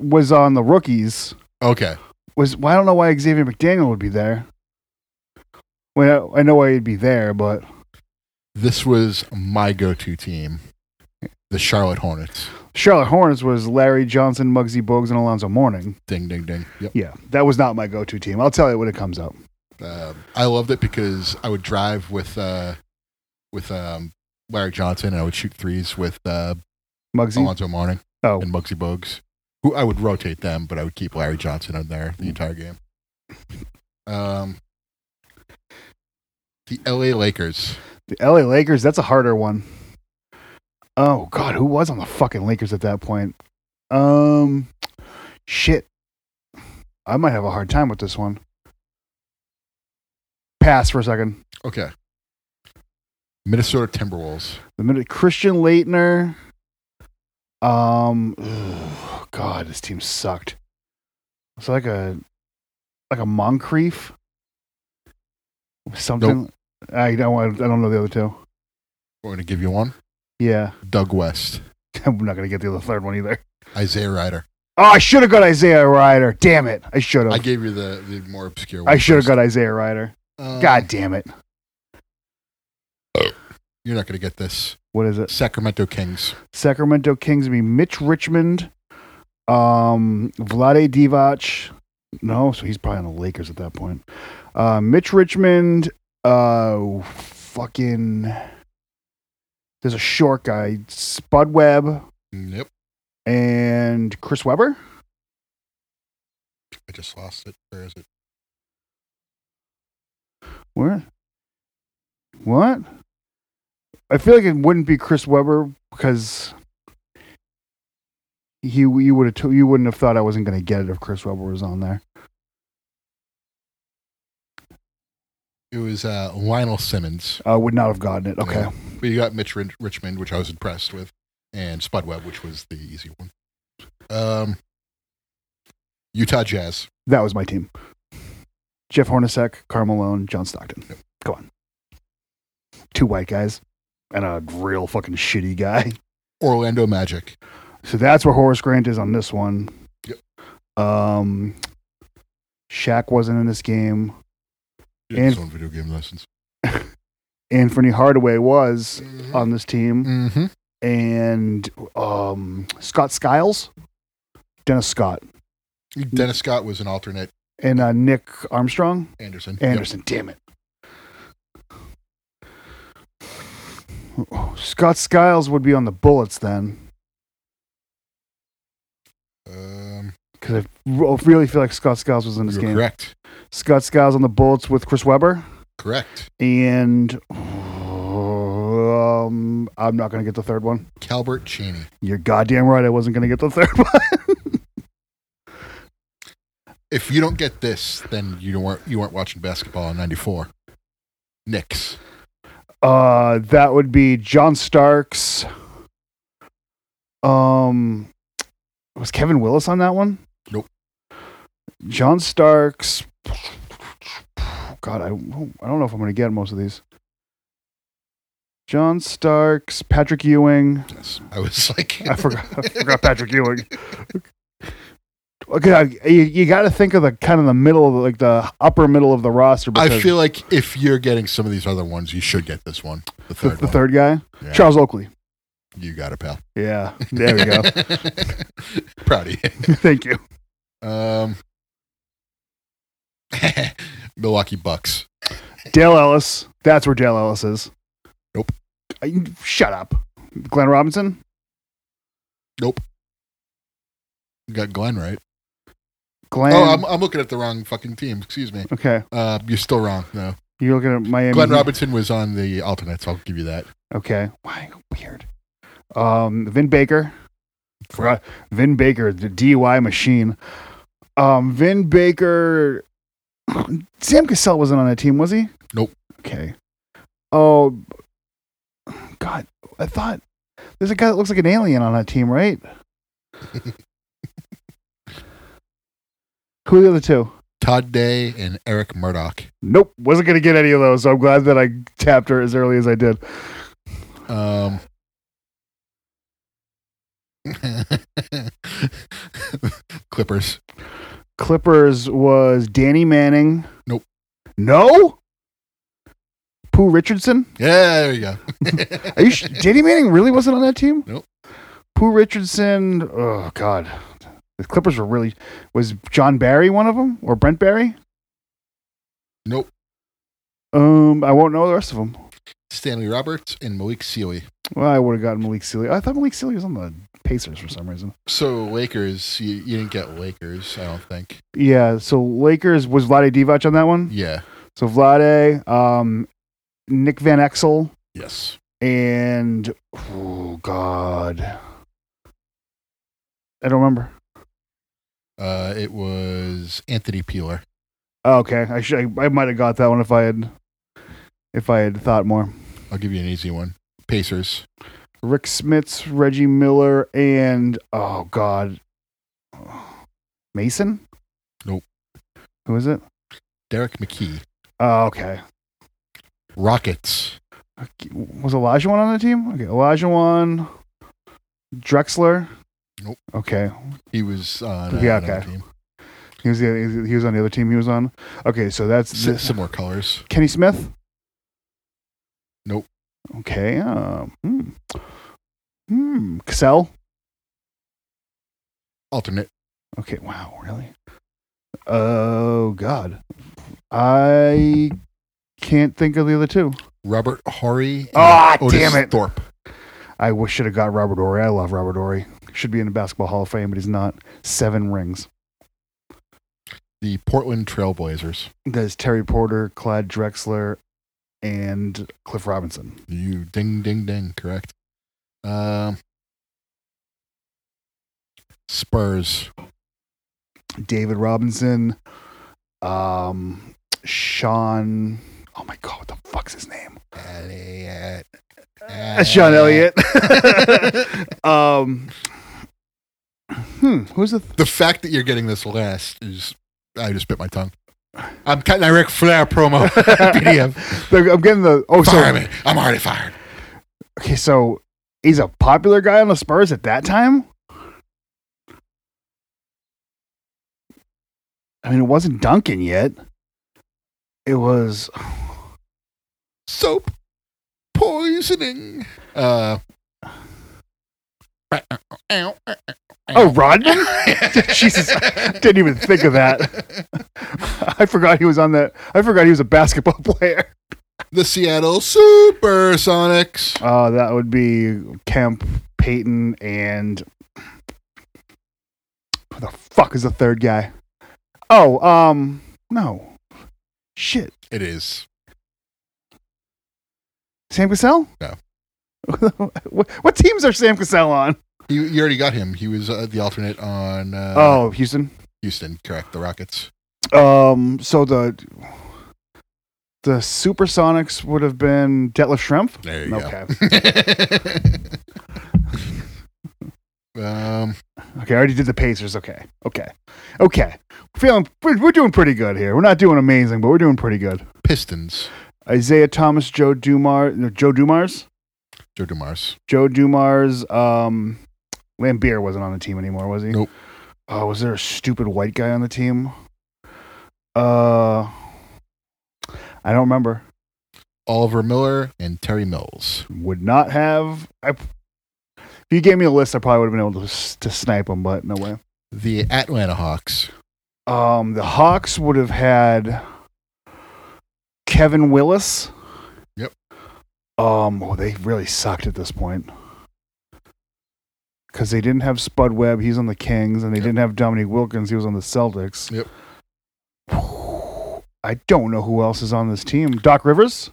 Speaker 2: was on the rookies.
Speaker 1: Okay.
Speaker 2: Was well, I don't know why Xavier McDaniel would be there. Well, I know why he'd be there, but
Speaker 1: this was my go-to team, the Charlotte Hornets.
Speaker 2: Charlotte Hornets was Larry Johnson, Muggsy Bogues, and Alonzo Mourning.
Speaker 1: Ding, ding, ding. Yep.
Speaker 2: Yeah, that was not my go-to team. I'll tell you when it comes up.
Speaker 1: Um, I loved it because I would drive with uh, with um, Larry Johnson, and I would shoot threes with uh,
Speaker 2: Muggsy.
Speaker 1: Alonzo Mourning
Speaker 2: Oh.
Speaker 1: and Muggsy Bogues. Who I would rotate them, but I would keep Larry Johnson in there the entire game. Um, the L.A. Lakers.
Speaker 2: The LA Lakers, that's a harder one. Oh god, who was on the fucking Lakers at that point? Um shit. I might have a hard time with this one. Pass for a second.
Speaker 1: Okay. Minnesota Timberwolves.
Speaker 2: The minute Christian Leitner. Um ugh, God, this team sucked. It's like a like a Moncrief. Something I don't want I don't know the other two.
Speaker 1: We're going to give you one.
Speaker 2: Yeah.
Speaker 1: Doug West,
Speaker 2: I'm not gonna get the other third one either.
Speaker 1: Isaiah Ryder.
Speaker 2: Oh, I should have got Isaiah Ryder. Damn it. I should
Speaker 1: I
Speaker 2: have.
Speaker 1: gave you the, the more obscure one.
Speaker 2: I should have
Speaker 1: first.
Speaker 2: got Isaiah Ryder.
Speaker 1: Um,
Speaker 2: God damn it.
Speaker 1: You're not going to get this.
Speaker 2: What is it?
Speaker 1: Sacramento Kings.
Speaker 2: Sacramento Kings would be Mitch Richmond, um, Vlade Divac. No, so he's probably on the Lakers at that point. Uh, Mitch Richmond, uh, fucking. There's a short guy, Spud Webb,
Speaker 1: Nope.
Speaker 2: and Chris Webber.
Speaker 1: I just lost it. Where is it?
Speaker 2: Where? What? I feel like it wouldn't be Chris Webber because he you would have to- you wouldn't have thought I wasn't going to get it if Chris Webber was on there.
Speaker 1: It was uh, Lionel Simmons.
Speaker 2: I would not have gotten it. Okay.
Speaker 1: Yeah. But you got Mitch Rin- Richmond, which I was impressed with, and Spud Webb, which was the easy one. Um, Utah Jazz.
Speaker 2: That was my team. Jeff Hornacek, Carmelone, John Stockton.
Speaker 1: Yep.
Speaker 2: Come on. Two white guys and a real fucking shitty guy.
Speaker 1: Orlando Magic.
Speaker 2: So that's where Horace Grant is on this one.
Speaker 1: Yep.
Speaker 2: Um Shaq wasn't in this game. And-
Speaker 1: Just on video game lessons.
Speaker 2: Anthony Hardaway was
Speaker 1: Mm-hmm.
Speaker 2: on this team, and um, Scott Skiles, Dennis Scott, Mm-hmm.
Speaker 1: Dennis Scott was an alternate.
Speaker 2: and uh, Nick Armstrong
Speaker 1: Anderson. Yep.
Speaker 2: Anderson. Damn it. Scott Skiles would be on the Bullets then,
Speaker 1: Um,
Speaker 2: because I re- really feel like Scott Skiles was in this
Speaker 1: you're
Speaker 2: game.
Speaker 1: correct.
Speaker 2: Scott Skiles on the Bullets with Chris Webber,
Speaker 1: Correct.
Speaker 2: and um, I'm not going to get the third one.
Speaker 1: Calbert Cheney.
Speaker 2: You're goddamn right. I wasn't going to get the third one.
Speaker 1: If you don't get this, then you weren't you weren't watching basketball in '94. Knicks.
Speaker 2: uh, that would be John Starks. Um, was Kevin Willis on that one?
Speaker 1: Nope.
Speaker 2: John Starks. God, I, I don't know if I'm going to get most of these. John Starks, Patrick Ewing.
Speaker 1: Yes, I was like,
Speaker 2: I forgot. I forgot Patrick Ewing. Okay, I- you, you got to think of the kind of the middle, of the, like the upper middle of the roster.
Speaker 1: I
Speaker 2: because-
Speaker 1: feel like if you're getting some of these other ones, you should get this one. The
Speaker 2: the,
Speaker 1: third
Speaker 2: the
Speaker 1: one.
Speaker 2: third guy,
Speaker 1: Yeah.
Speaker 2: Charles Oakley.
Speaker 1: You got it, pal.
Speaker 2: Yeah. There we go.
Speaker 1: Proud of you.
Speaker 2: Thank you.
Speaker 1: Um, Milwaukee Bucks.
Speaker 2: Dale Ellis. That's where Dale Ellis is.
Speaker 1: Nope.
Speaker 2: I, shut up. Glenn Robinson.
Speaker 1: You got Glenn right.
Speaker 2: Glenn.
Speaker 1: oh, I'm, I'm looking at the wrong fucking team. Excuse me.
Speaker 2: okay.
Speaker 1: Uh, you're still wrong. No,
Speaker 2: You're looking at Miami.
Speaker 1: Glenn Robinson was on the alternates. I'll give you that.
Speaker 2: Okay. Why? Weird. Um, Vin Baker. Forgot. Vin Baker, the DUI machine. Um, Vin Baker. Sam Cassell wasn't on that team, was he?
Speaker 1: Nope.
Speaker 2: Okay. Oh, God. I thought there's a guy that looks like an alien on that team, right? Who are the other two?
Speaker 1: Todd Day and Eric Murdoch.
Speaker 2: Nope. Wasn't going to get any of those. So I'm glad that I tapped her as early as I did.
Speaker 1: Um, Clippers.
Speaker 2: Clippers was Danny Manning.
Speaker 1: Nope.
Speaker 2: No. Pooh Richardson.
Speaker 1: Yeah, there you go.
Speaker 2: Are you sh- Danny Manning really wasn't on that team?
Speaker 1: Nope.
Speaker 2: Pooh Richardson. Oh God, the Clippers were really. Was John Barry one of them or Brent Barry?
Speaker 1: Nope.
Speaker 2: Um, I won't know the rest of them.
Speaker 1: Stanley Roberts and Malik Sealy.
Speaker 2: Well, I would have gotten Malik Sealy. I thought Malik Sealy was on the Pacers for some reason.
Speaker 1: So Lakers, you, you didn't get Lakers, I don't think.
Speaker 2: Yeah. So Lakers was Vlade Divac on that one.
Speaker 1: Yeah.
Speaker 2: So Vlade, um, Nick Van Exel.
Speaker 1: Yes.
Speaker 2: and oh god i don't remember
Speaker 1: Uh, it was Anthony Peeler.
Speaker 2: oh, okay i should i, I might have got that one if i had if i had thought more
Speaker 1: I'll give you an easy one. Pacers.
Speaker 2: rick smits reggie miller and oh god mason
Speaker 1: Nope.
Speaker 2: who is it
Speaker 1: Derek McKee.
Speaker 2: oh okay
Speaker 1: Rockets.
Speaker 2: was elijah one on the team okay elijah one drexler
Speaker 1: Nope.
Speaker 2: okay
Speaker 1: He was on uh,
Speaker 2: Yeah,
Speaker 1: another
Speaker 2: okay.
Speaker 1: team.
Speaker 2: he was the, he was on the other team he was on okay so that's
Speaker 1: S-
Speaker 2: this.
Speaker 1: similar colors.
Speaker 2: Kenny Smith?
Speaker 1: Nope.
Speaker 2: Okay. Um, hmm. Hmm. Cassell?
Speaker 1: Alternate.
Speaker 2: Okay. Wow. Really? Oh, God. I can't think of the other two.
Speaker 1: Robert Horry. and
Speaker 2: Ah,
Speaker 1: Otis
Speaker 2: damn it.
Speaker 1: Thorpe.
Speaker 2: I wish should have got Robert Ory. I love Robert Ory. Should be in the Basketball Hall of Fame, but he's not. Seven rings.
Speaker 1: The Portland Trailblazers.
Speaker 2: There's Terry Porter, Clyde Drexler, and Cliff Robinson.
Speaker 1: You ding ding ding. Correct. Um. Spurs.
Speaker 2: David Robinson, um, Sean. Oh my God, what the fuck's his name?
Speaker 1: Elliot.
Speaker 2: That's Sean Elliott. um, hmm, who's the th-
Speaker 1: the fact that you're getting this last is I just bit my tongue. I'm cutting a Ric Flair promo. PDF.
Speaker 2: I'm getting the oh
Speaker 1: Fire
Speaker 2: so
Speaker 1: me. I'm already fired.
Speaker 2: okay so he's a popular guy on the Spurs at that time. I mean, it wasn't Duncan yet. It was
Speaker 1: Soap poisoning. Uh
Speaker 2: oh Rodman. Jesus, didn't even think of that. I forgot he was on that. I forgot he was a basketball player.
Speaker 1: The Seattle Supersonics.
Speaker 2: Uh, that would be Kemp, Peyton, and who the fuck is the third guy? Oh, um, no, shit,
Speaker 1: It is.
Speaker 2: Sam Cassell.
Speaker 1: No.
Speaker 2: what, what teams are Sam Cassell on?
Speaker 1: You, you already got him. He was uh, the alternate on uh,
Speaker 2: oh, Houston.
Speaker 1: Houston, correct? The Rockets.
Speaker 2: Um, so the the Supersonics would have been Detlef Schrempf.
Speaker 1: There you
Speaker 2: Okay,
Speaker 1: go. um,
Speaker 2: okay, I already did the Pacers. Okay, okay, okay. Feeling we're, we're doing pretty good here. We're not doing amazing, but we're doing pretty good.
Speaker 1: Pistons.
Speaker 2: Isaiah Thomas, Joe Dumars, no, Joe Dumars,
Speaker 1: Joe DeMars.
Speaker 2: Joe Dumars. Um, Lambeer wasn't on the team anymore, was he?
Speaker 1: Nope.
Speaker 2: Oh, was there a stupid white guy on the team? Uh, I don't remember.
Speaker 1: Oliver Miller and Terry Mills.
Speaker 2: Would not have. I If you gave me a list, I probably would have been able to, s- to snipe them, but no way.
Speaker 1: The Atlanta Hawks.
Speaker 2: Um, the Hawks would have had Kevin Willis.
Speaker 1: Yep.
Speaker 2: Um, oh, they really sucked at this point because they didn't have Spud Webb. He's on the Kings, and they
Speaker 1: Yep.
Speaker 2: didn't have Dominique Wilkins. He was on the Celtics.
Speaker 1: Yep.
Speaker 2: I don't know who else is on this team. Doc Rivers.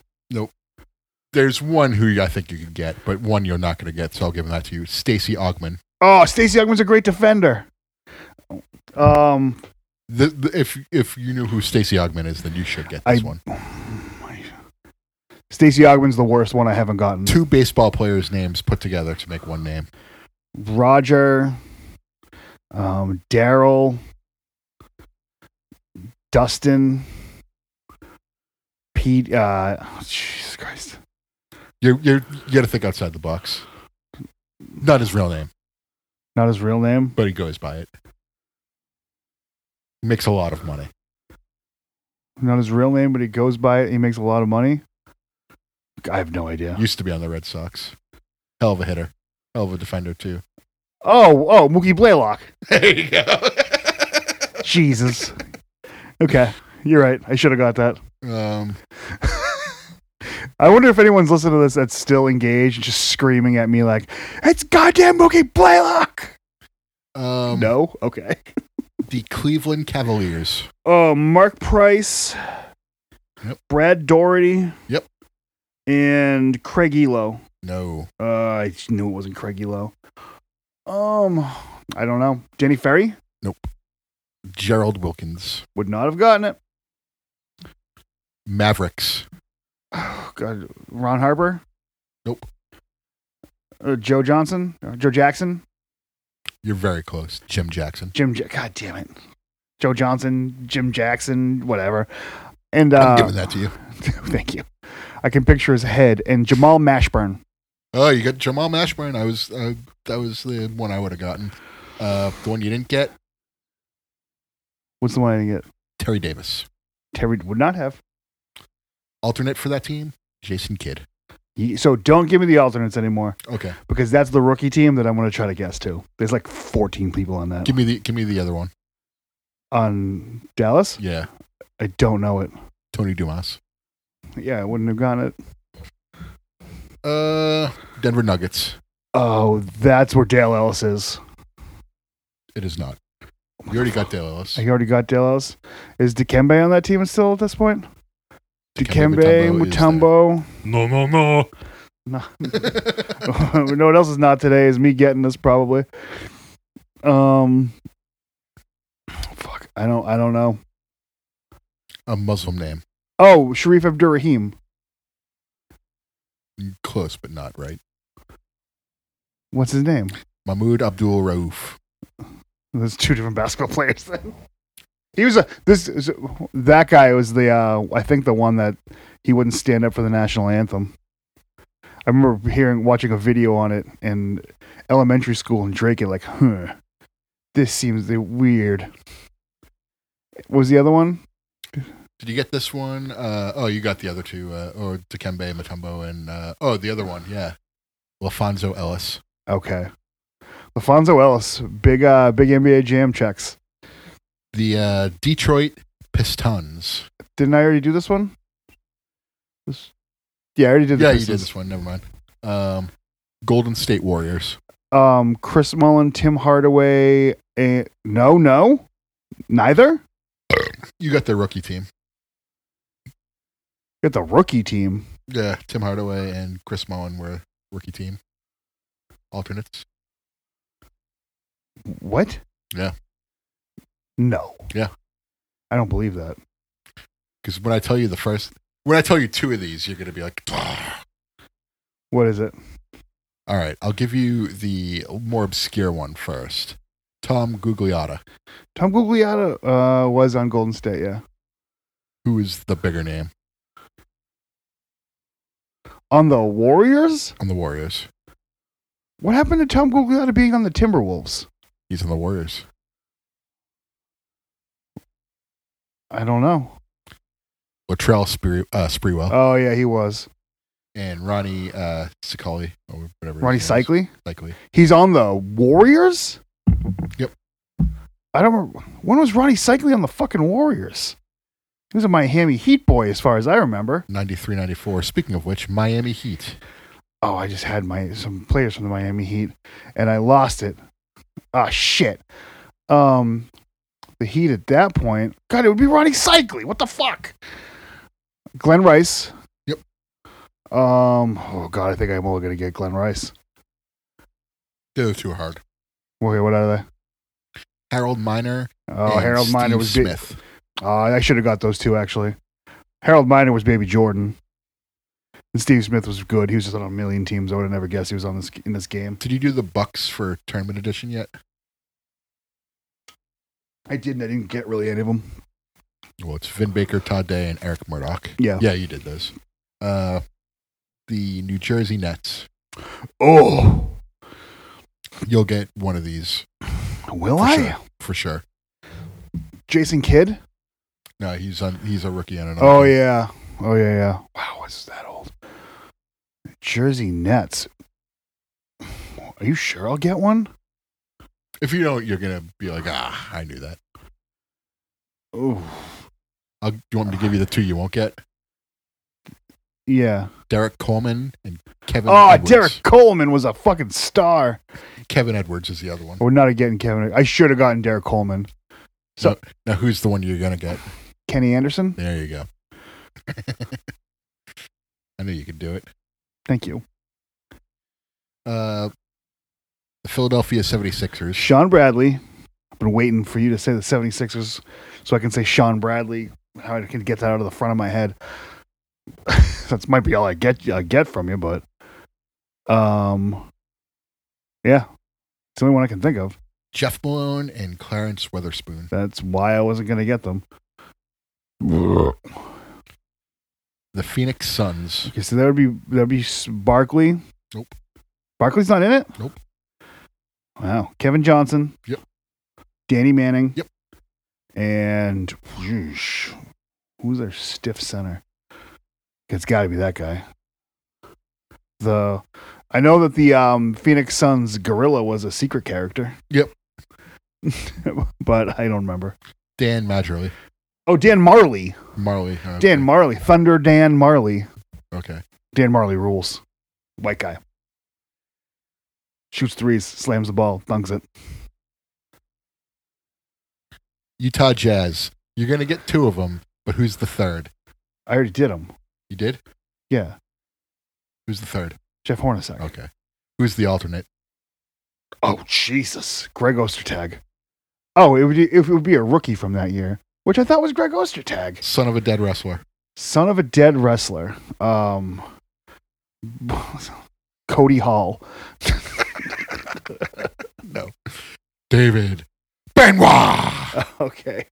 Speaker 1: There's one who I think you could get, but one you're not going to get, so I'll give that to you. Stacy Ogman.
Speaker 2: Oh, Stacey Youngman's a great defender. Um,
Speaker 1: The, the, if if you knew who Stacy Ogman is, then you should get
Speaker 2: I-
Speaker 1: this one.
Speaker 2: Stacey Ogman's the worst one I haven't gotten.
Speaker 1: Two baseball players' names put together to make one name.
Speaker 2: Roger, um, Daryl, Dustin, Pete. Uh, oh, Jesus Christ.
Speaker 1: You're you're you got to think outside the box. Not his real name,
Speaker 2: Not his real name.
Speaker 1: but he goes by it. Makes a lot of money.
Speaker 2: Not his real name, but he goes by it. He makes a lot of money. I have no idea.
Speaker 1: Used to be on the Red Sox. Hell of a hitter. Hell of a defender too.
Speaker 2: Oh, oh, Mookie Blaylock.
Speaker 1: There you go.
Speaker 2: Jesus. Okay, you're right. I should have got that.
Speaker 1: um,
Speaker 2: I wonder if anyone's listening to this that's still engaged and just screaming at me like, "It's goddamn Mookie Blaylock."
Speaker 1: um,
Speaker 2: no, okay.
Speaker 1: The Cleveland Cavaliers.
Speaker 2: Oh, Mark Price,
Speaker 1: Yep.
Speaker 2: Brad Doherty,
Speaker 1: Yep.
Speaker 2: and Craig Elo.
Speaker 1: No.
Speaker 2: Uh, I just knew it wasn't Craig Elo. Um, I don't know. Jenny Ferry
Speaker 1: Gerald Wilkins.
Speaker 2: would not have gotten it.
Speaker 1: Mavericks.
Speaker 2: Oh, God, Ron Harper.
Speaker 1: Nope.
Speaker 2: Uh, Joe Johnson, Uh, Joe Jackson,
Speaker 1: You're very close. Jim Jackson.
Speaker 2: Jim. Ja- God damn it, Joe Johnson, Jim Jackson, whatever. And uh,
Speaker 1: I'm giving that to you.
Speaker 2: thank you. I can picture his head and Jamal Mashburn.
Speaker 1: Oh, you got Jamal Mashburn. I was uh, that was the one I would have gotten. Uh, the one you didn't get,
Speaker 2: What's the one I didn't get?
Speaker 1: Terry Davis.
Speaker 2: Terry would not have.
Speaker 1: Alternate for that team, Jason Kidd.
Speaker 2: Ye- So don't give me the alternates anymore
Speaker 1: Okay,
Speaker 2: because that's the rookie team that I'm going to try to guess too. There's like 14 people on that.
Speaker 1: give me the give me the other one.
Speaker 2: On Dallas?
Speaker 1: Yeah,
Speaker 2: I don't know it.
Speaker 1: Tony Dumas.
Speaker 2: Yeah, I wouldn't have gotten it.
Speaker 1: Uh, Denver Nuggets.
Speaker 2: Oh, that's where Dale Ellis is.
Speaker 1: It is not. You already got Dale Ellis.
Speaker 2: Oh I already got Dale Ellis. Is Dikembe on that team still at this point?
Speaker 1: Dikembe
Speaker 2: Dikembe,
Speaker 1: Mutombo is
Speaker 2: Mutombo.
Speaker 1: No, no, no.
Speaker 2: No. no one else is not today is me getting this probably. Um, fuck, I don't, I don't know.
Speaker 1: A Muslim name.
Speaker 2: Oh, Sharif Abdurrahim.
Speaker 1: Close, but not right.
Speaker 2: What's his name?
Speaker 1: Mahmoud Abdul Rauf.
Speaker 2: There's two different basketball players then. He was a this is- that guy was the uh, I think the one that he wouldn't stand up for the national anthem. I remember hearing watching a video on it in elementary school and Drake it like, huh, this seems weird. What was the other one?
Speaker 1: Did you get this one? Uh, oh, you got the other two. Uh, or Dikembe Mutombo and uh, oh, the other one. Yeah, Lafonso Ellis.
Speaker 2: Okay, Lafonso Ellis, big uh, big NBA jam checks.
Speaker 1: the uh, Detroit Pistons.
Speaker 2: Didn't I already do this one? This, yeah, I already did. the
Speaker 1: Yeah, you
Speaker 2: Pistons.
Speaker 1: did this one. Never mind. Um, Golden State Warriors.
Speaker 2: um, Chris Mullen, Tim Hardaway, and no, no, neither.
Speaker 1: You got their rookie team.
Speaker 2: Got the rookie team.
Speaker 1: Yeah, Tim Hardaway and Chris Mullen were rookie team alternates.
Speaker 2: What?
Speaker 1: Yeah.
Speaker 2: No.
Speaker 1: Yeah.
Speaker 2: I don't believe that.
Speaker 1: Because when I tell you the first, when I tell you two of these, you're gonna be like, "Ah."
Speaker 2: What is it?
Speaker 1: all right, I'll give you the more obscure one first. Tom Gugliotta,
Speaker 2: Tom Gugliotta uh, was on Golden State. Yeah.
Speaker 1: who is the bigger name
Speaker 2: On the Warriors.
Speaker 1: on the Warriors.
Speaker 2: What happened to Tom Gugliotta being on the Timberwolves?
Speaker 1: He's on the Warriors.
Speaker 2: I don't know.
Speaker 1: Latrell Spree- uh, Sprewell
Speaker 2: Oh yeah, he Oh, was.
Speaker 1: and Ronnie uh, Sicali or whatever. his
Speaker 2: Ronnie
Speaker 1: name is.
Speaker 2: Cycli.
Speaker 1: Cycli.
Speaker 2: He's on the Warriors.
Speaker 1: Yep.
Speaker 2: I don't remember when was Ronnie Cycli on the fucking Warriors. He was a Miami Heat boy, as far as I remember.
Speaker 1: 93 94. Speaking of which, Miami Heat.
Speaker 2: Oh, I just had my some players from the Miami Heat, and I lost it. Ah, shit. Um, the Heat at that point, God, it would be Ronnie Cycli. What the fuck? Glenn Rice.
Speaker 1: Yep.
Speaker 2: Um. Oh God, I think I'm only gonna get Glenn Rice.
Speaker 1: The other two are hard.
Speaker 2: Okay, what are they?
Speaker 1: Harold Miner.
Speaker 2: Oh,
Speaker 1: and
Speaker 2: Harold Miner
Speaker 1: Steve
Speaker 2: was big.
Speaker 1: Smith.
Speaker 2: Uh, I should have got those two actually. Harold Miner was Baby Jordan, and Steve Smith was good. He was just on a million teams. I would have never guessed he was on this in this game.
Speaker 1: Did you do the Bucks for tournament edition yet?
Speaker 2: I didn't. I didn't get really any of them.
Speaker 1: Well, it's Vin Baker, Todd Day, and Eric Murdoch.
Speaker 2: Yeah.
Speaker 1: Yeah, you did those. Uh, the New Jersey Nets.
Speaker 2: Oh,
Speaker 1: You'll get one of these
Speaker 2: will
Speaker 1: For
Speaker 2: I?
Speaker 1: sure. for sure.
Speaker 2: Jason Kidd.
Speaker 1: No, he's on. He's a rookie on another.
Speaker 2: Oh
Speaker 1: team.
Speaker 2: yeah. Oh yeah. Yeah. Wow, what's that old? Jersey Nets. Are you sure I'll get one?
Speaker 1: If you don't, you're gonna be like, ah, I knew that.
Speaker 2: Oh
Speaker 1: I'll, do you want me to give you the two you won't get?
Speaker 2: yeah.
Speaker 1: Derek Coleman and Kevin.
Speaker 2: Oh,
Speaker 1: Edwards.
Speaker 2: Derek Coleman was a fucking star.
Speaker 1: Kevin Edwards is the other one.
Speaker 2: We're not getting Kevin. I should have gotten Derek Coleman. So-
Speaker 1: Now, who's the one you're gonna get?
Speaker 2: Kenny Anderson.
Speaker 1: There you go. I knew you could do it.
Speaker 2: Thank you.
Speaker 1: Uh, the Philadelphia 76ers.
Speaker 2: Sean Bradley. I've been waiting for you to say the 76ers so I can say Sean Bradley. How I can get that out of the front of my head. That's might be all I get I get from you, but um yeah. It's the only one I can think of.
Speaker 1: Jeff Malone and Clarence Weatherspoon.
Speaker 2: That's why I wasn't gonna get them.
Speaker 1: The Phoenix Suns.
Speaker 2: Okay, so that would be that would be S- Barkley.
Speaker 1: Nope.
Speaker 2: Barkley's not in it.
Speaker 1: Nope.
Speaker 2: Wow. Kevin Johnson.
Speaker 1: Yep.
Speaker 2: Danny Manning.
Speaker 1: Yep.
Speaker 2: And yeesh, who's their stiff center? It's got to be that guy. The I know that the um, Phoenix Suns gorilla was a secret character.
Speaker 1: Yep.
Speaker 2: but I don't remember.
Speaker 1: Dan Majerle.
Speaker 2: Oh, Dan Marley.
Speaker 1: Marley. I don't
Speaker 2: Dan
Speaker 1: know.
Speaker 2: Marley. Thunder Dan Marley.
Speaker 1: okay.
Speaker 2: Dan Marley rules. White guy. Shoots threes, slams the ball, dunks it.
Speaker 1: Utah Jazz. You're going to get two of them, but who's the third?
Speaker 2: I already did him.
Speaker 1: You did?
Speaker 2: Yeah.
Speaker 1: Who's the third?
Speaker 2: Jeff Hornacek.
Speaker 1: Okay. Who's the alternate?
Speaker 2: Oh, Jesus. Greg Ostertag. Oh, it would, it would be a rookie from that year, which I thought was Greg Ostertag.
Speaker 1: Son of a dead wrestler.
Speaker 2: Son of a dead wrestler. Um, Cody Hall.
Speaker 1: No. David Benoit.
Speaker 2: okay.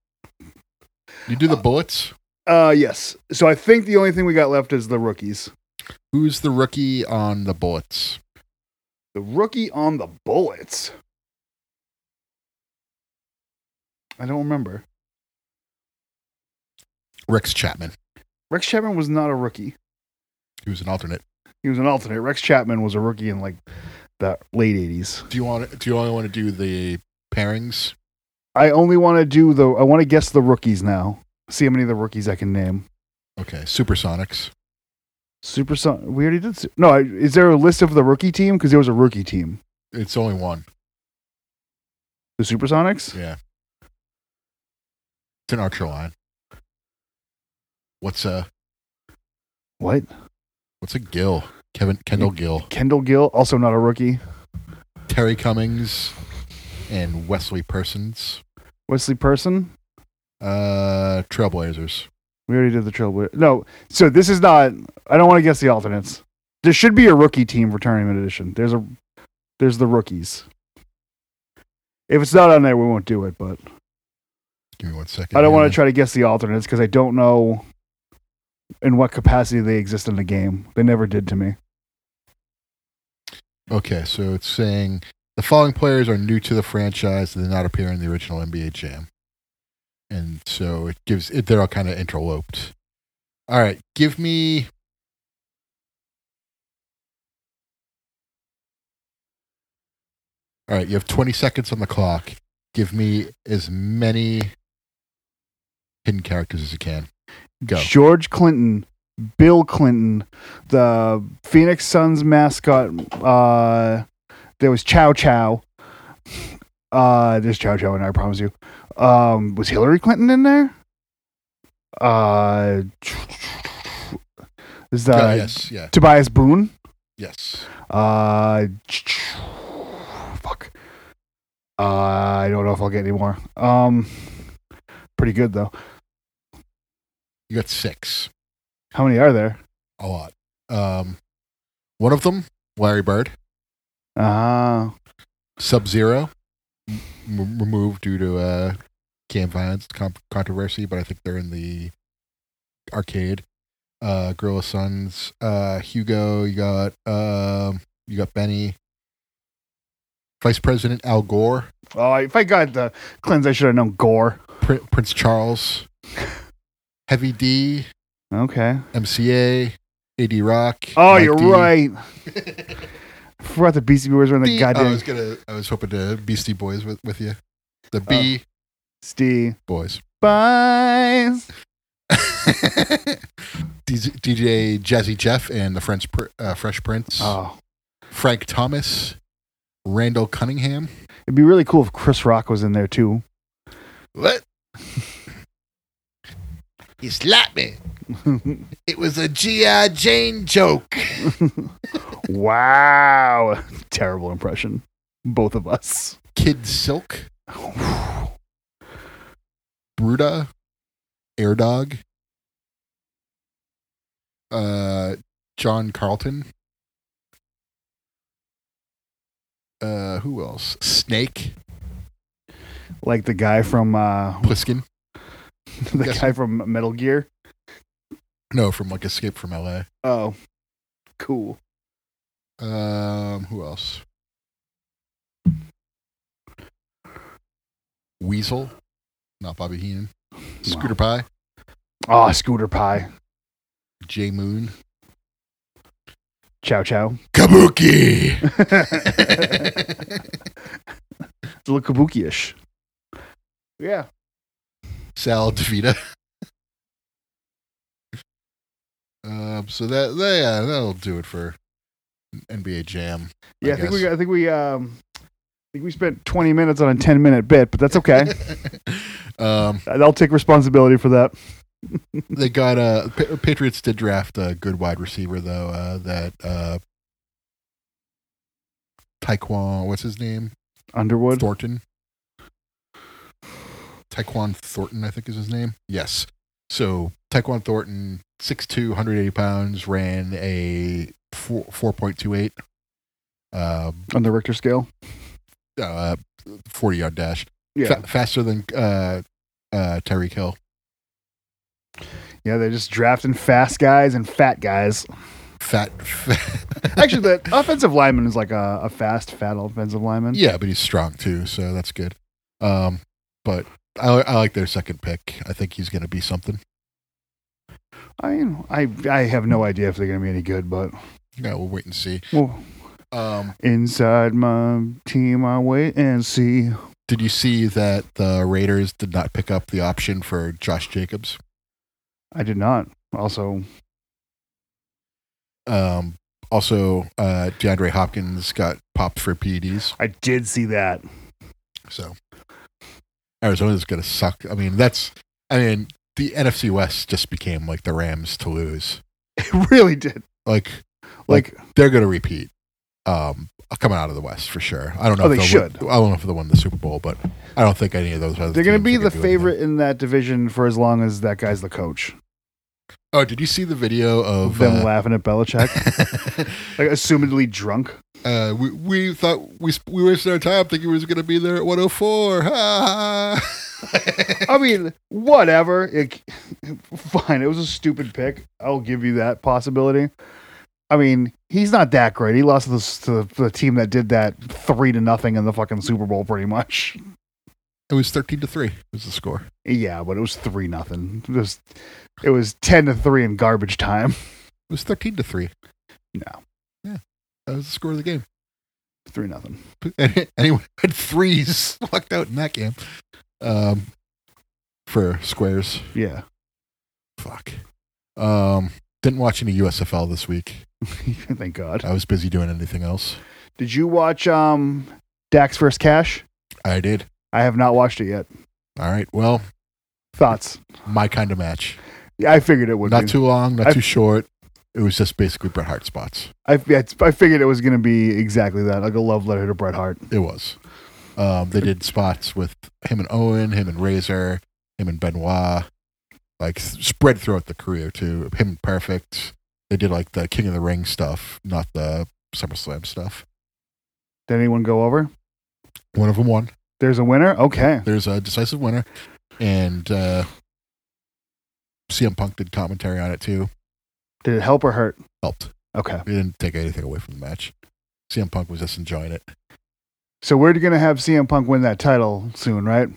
Speaker 1: You do the bullets.
Speaker 2: Uh, yes. So I think the only thing we got left is the rookies.
Speaker 1: Who's the rookie on the bullets?
Speaker 2: The rookie on the bullets. I don't remember.
Speaker 1: Rex Chapman.
Speaker 2: Rex Chapman was not a rookie.
Speaker 1: He was an alternate.
Speaker 2: He was an alternate. Rex Chapman was a rookie in like the late eighties.
Speaker 1: Do you want? Do you only want to do the pairings?
Speaker 2: I only want to do the. I want to guess the rookies now. See how many of the rookies I can name.
Speaker 1: Okay. Supersonics.
Speaker 2: Super Sun. We already did. Su- No, I, is there a list of the rookie team? Because there was a rookie team.
Speaker 1: It's only one.
Speaker 2: The Supersonics.
Speaker 1: Yeah. It's an archer line. What's a
Speaker 2: What?
Speaker 1: what's a Gill? Kevin Kendall Gill,
Speaker 2: Kendall Gill, also not a rookie.
Speaker 1: Terry Cummings, and Wesley Persons.
Speaker 2: Wesley Person.
Speaker 1: Uh, Trailblazers.
Speaker 2: We already did the Trailblazer. No, so this is not. I don't want to guess the alternates. There should be a rookie team for Tournament Edition. There's a, there's the rookies. If it's not on there, we won't do it. But
Speaker 1: Give me one second.
Speaker 2: I don't want to try to guess the alternates because I don't know in what capacity they exist in the game. They never did to me.
Speaker 1: Okay, so it's saying the following players are new to the franchise and did not appear in the original NBA Jam, and so it gives it. They're all kind of interloped. All right, give me All right, you have 20 seconds on the clock. Give me as many hidden characters as you can. Go.
Speaker 2: George Clinton, Bill Clinton, the Phoenix Suns mascot. Uh, there was Chow Chow. Uh, there's Chow Chow, and I promise you. Um, was Hillary Clinton in there? Uh, is that
Speaker 1: Uh, yes, yeah,
Speaker 2: Tobias Boone?
Speaker 1: yes.
Speaker 2: Uh, fuck. Uh, I don't know if I'll get any more. Um, pretty good though.
Speaker 1: You got six.
Speaker 2: How many are there?
Speaker 1: A lot. Um, one of them, Larry Bird,
Speaker 2: Uh,
Speaker 1: Sub Zero, m- removed due to uh, cam violence com- controversy, but I think they're in the arcade. Uh, Gorilla Sons, uh, Hugo. You got um, you got Benny. Vice President Al Gore.
Speaker 2: oh, if I got the cleanse, I should have known Gore.
Speaker 1: Prin- Prince Charles, Heavy D,
Speaker 2: Okay.
Speaker 1: MCA, AD Rock.
Speaker 2: Oh,
Speaker 1: Mike
Speaker 2: you're
Speaker 1: D.
Speaker 2: right. I forgot the Beastie Boys were in the oh,
Speaker 1: B- I
Speaker 2: goddamn
Speaker 1: was gonna. I was hoping to Beastie Boys with, with you. The B
Speaker 2: Beastie
Speaker 1: Boys.
Speaker 2: Boys.
Speaker 1: DJ, DJ Jazzy Jeff and the French Pr- uh, Fresh Prince.
Speaker 2: Oh,
Speaker 1: Frank Thomas, Randall Cunningham.
Speaker 2: it'd be really cool if Chris Rock was in there too.
Speaker 1: What? he slapped me. It was a GI Jane joke.
Speaker 2: wow, terrible impression, both of us.
Speaker 1: Kid Silk. Bruda, Air Dog, uh, John Carlton, uh, who else? Snake
Speaker 2: like the guy from uh,
Speaker 1: Pliskin.
Speaker 2: the
Speaker 1: Yes.
Speaker 2: guy from Metal Gear.
Speaker 1: No, from like Escape from L.A.
Speaker 2: Oh, cool.
Speaker 1: Um, who else? Weasel, not Bobby Heenan. Scooter Pie,
Speaker 2: Oh, Scooter Pie.
Speaker 1: J Moon,
Speaker 2: Chow Chow.
Speaker 1: Kabuki.
Speaker 2: it's a little kabuki-ish. Yeah.
Speaker 1: Sal DeVita. um, so that, that yeah, that'll do it for NBA Jam.
Speaker 2: Yeah, I, think we
Speaker 1: guess.
Speaker 2: I think we um I think we spent 20 minutes on a 10 minute bit, but that's okay.
Speaker 1: um,
Speaker 2: I'll take responsibility for that.
Speaker 1: they got uh, Pa- Patriots did draft a good wide receiver though. Uh, that uh, Taekwon, what's his name?
Speaker 2: Underwood.
Speaker 1: Thornton. Taekwon Thornton, I think is his name. Yes. So Taekwon Thornton, 6'2", 180 pounds, ran a four four 4.28 uh,
Speaker 2: On the Richter scale.
Speaker 1: uh, 40 yard dash.
Speaker 2: Yeah.
Speaker 1: Fa- faster than uh, uh, Tyreek Hill.
Speaker 2: Yeah, they're just drafting fast guys and fat guys.
Speaker 1: Fat. fat
Speaker 2: Actually, the offensive lineman is like a, a fast, fat offensive lineman.
Speaker 1: yeah, but he's strong too, so that's good. Um, but I, I like their second pick. I think he's going to be something.
Speaker 2: I mean, I I have no idea if they're going to be any good, but
Speaker 1: Yeah, we'll wait and see.
Speaker 2: well,
Speaker 1: Um,
Speaker 2: inside my team, I wait and see.
Speaker 1: Did you see that the Raiders did not pick up the option for Josh Jacobs?
Speaker 2: I did not. Also,
Speaker 1: Um, also, uh, DeAndre Hopkins got popped for PEDs.
Speaker 2: I did see that.
Speaker 1: So Arizona's going to suck. I mean, that's, I mean, the NFC West just became like the Rams to lose.
Speaker 2: It really did.
Speaker 1: Like,
Speaker 2: Like,
Speaker 1: they're going to repeat um, coming out of the West for sure. I don't know
Speaker 2: Oh,
Speaker 1: if
Speaker 2: they
Speaker 1: they'll win-
Speaker 2: should.
Speaker 1: I don't know if they won the Super Bowl, but I don't think any of those other
Speaker 2: they're going to
Speaker 1: teams
Speaker 2: be
Speaker 1: are
Speaker 2: the
Speaker 1: do anything.
Speaker 2: favorite in that division for as long as that guy's the coach.
Speaker 1: Oh, did you see the video of
Speaker 2: Them
Speaker 1: uh,
Speaker 2: laughing at Belichick, like assumedly drunk.
Speaker 1: Uh, we we thought we sp- we wasted our time thinking we was gonna be there at 104. Ha, ha, ha.
Speaker 2: I mean, whatever. It, fine, it was a stupid pick. I'll give you that possibility. I mean, he's not that great. He lost to the, to the team that did that three to nothing in the fucking Super Bowl, pretty much.
Speaker 1: it was 13 to three was the score.
Speaker 2: Yeah, but it was three nothing. It was, it was ten to three in garbage time.
Speaker 1: It was 13 to three.
Speaker 2: No.
Speaker 1: Yeah, that was the score of the game.
Speaker 2: Three nothing.
Speaker 1: And anyone had threes locked out in that game. Um, for squares.
Speaker 2: Yeah.
Speaker 1: Fuck. Um, didn't watch any USFL this week.
Speaker 2: Thank God.
Speaker 1: I was busy doing anything else.
Speaker 2: Did you watch um Dax versus Cash?
Speaker 1: I did.
Speaker 2: I have not watched it yet.
Speaker 1: All right. Well,
Speaker 2: Thoughts?
Speaker 1: my kind of match.
Speaker 2: Yeah, I figured it would.
Speaker 1: Not
Speaker 2: be.
Speaker 1: too long, not
Speaker 2: I-
Speaker 1: too short. It was just basically Bret Hart spots.
Speaker 2: I, yeah, it's- I figured it was going to be exactly that, like a love letter to Bret Hart.
Speaker 1: It was. Um, they did spots with him and Owen, him and Razor, him and Benoit, like s- spread throughout the career too. Him and Perfect. They did like the King of the Ring stuff, not the SummerSlam stuff.
Speaker 2: Did anyone go over?
Speaker 1: One of them won.
Speaker 2: There's a winner. Okay.
Speaker 1: There's a decisive winner, and uh, CM Punk did commentary on it too.
Speaker 2: Did it help or hurt?
Speaker 1: Helped.
Speaker 2: Okay.
Speaker 1: He didn't take anything away from the match. CM Punk was just enjoying it.
Speaker 2: So we're going to have CM Punk win that title soon, right?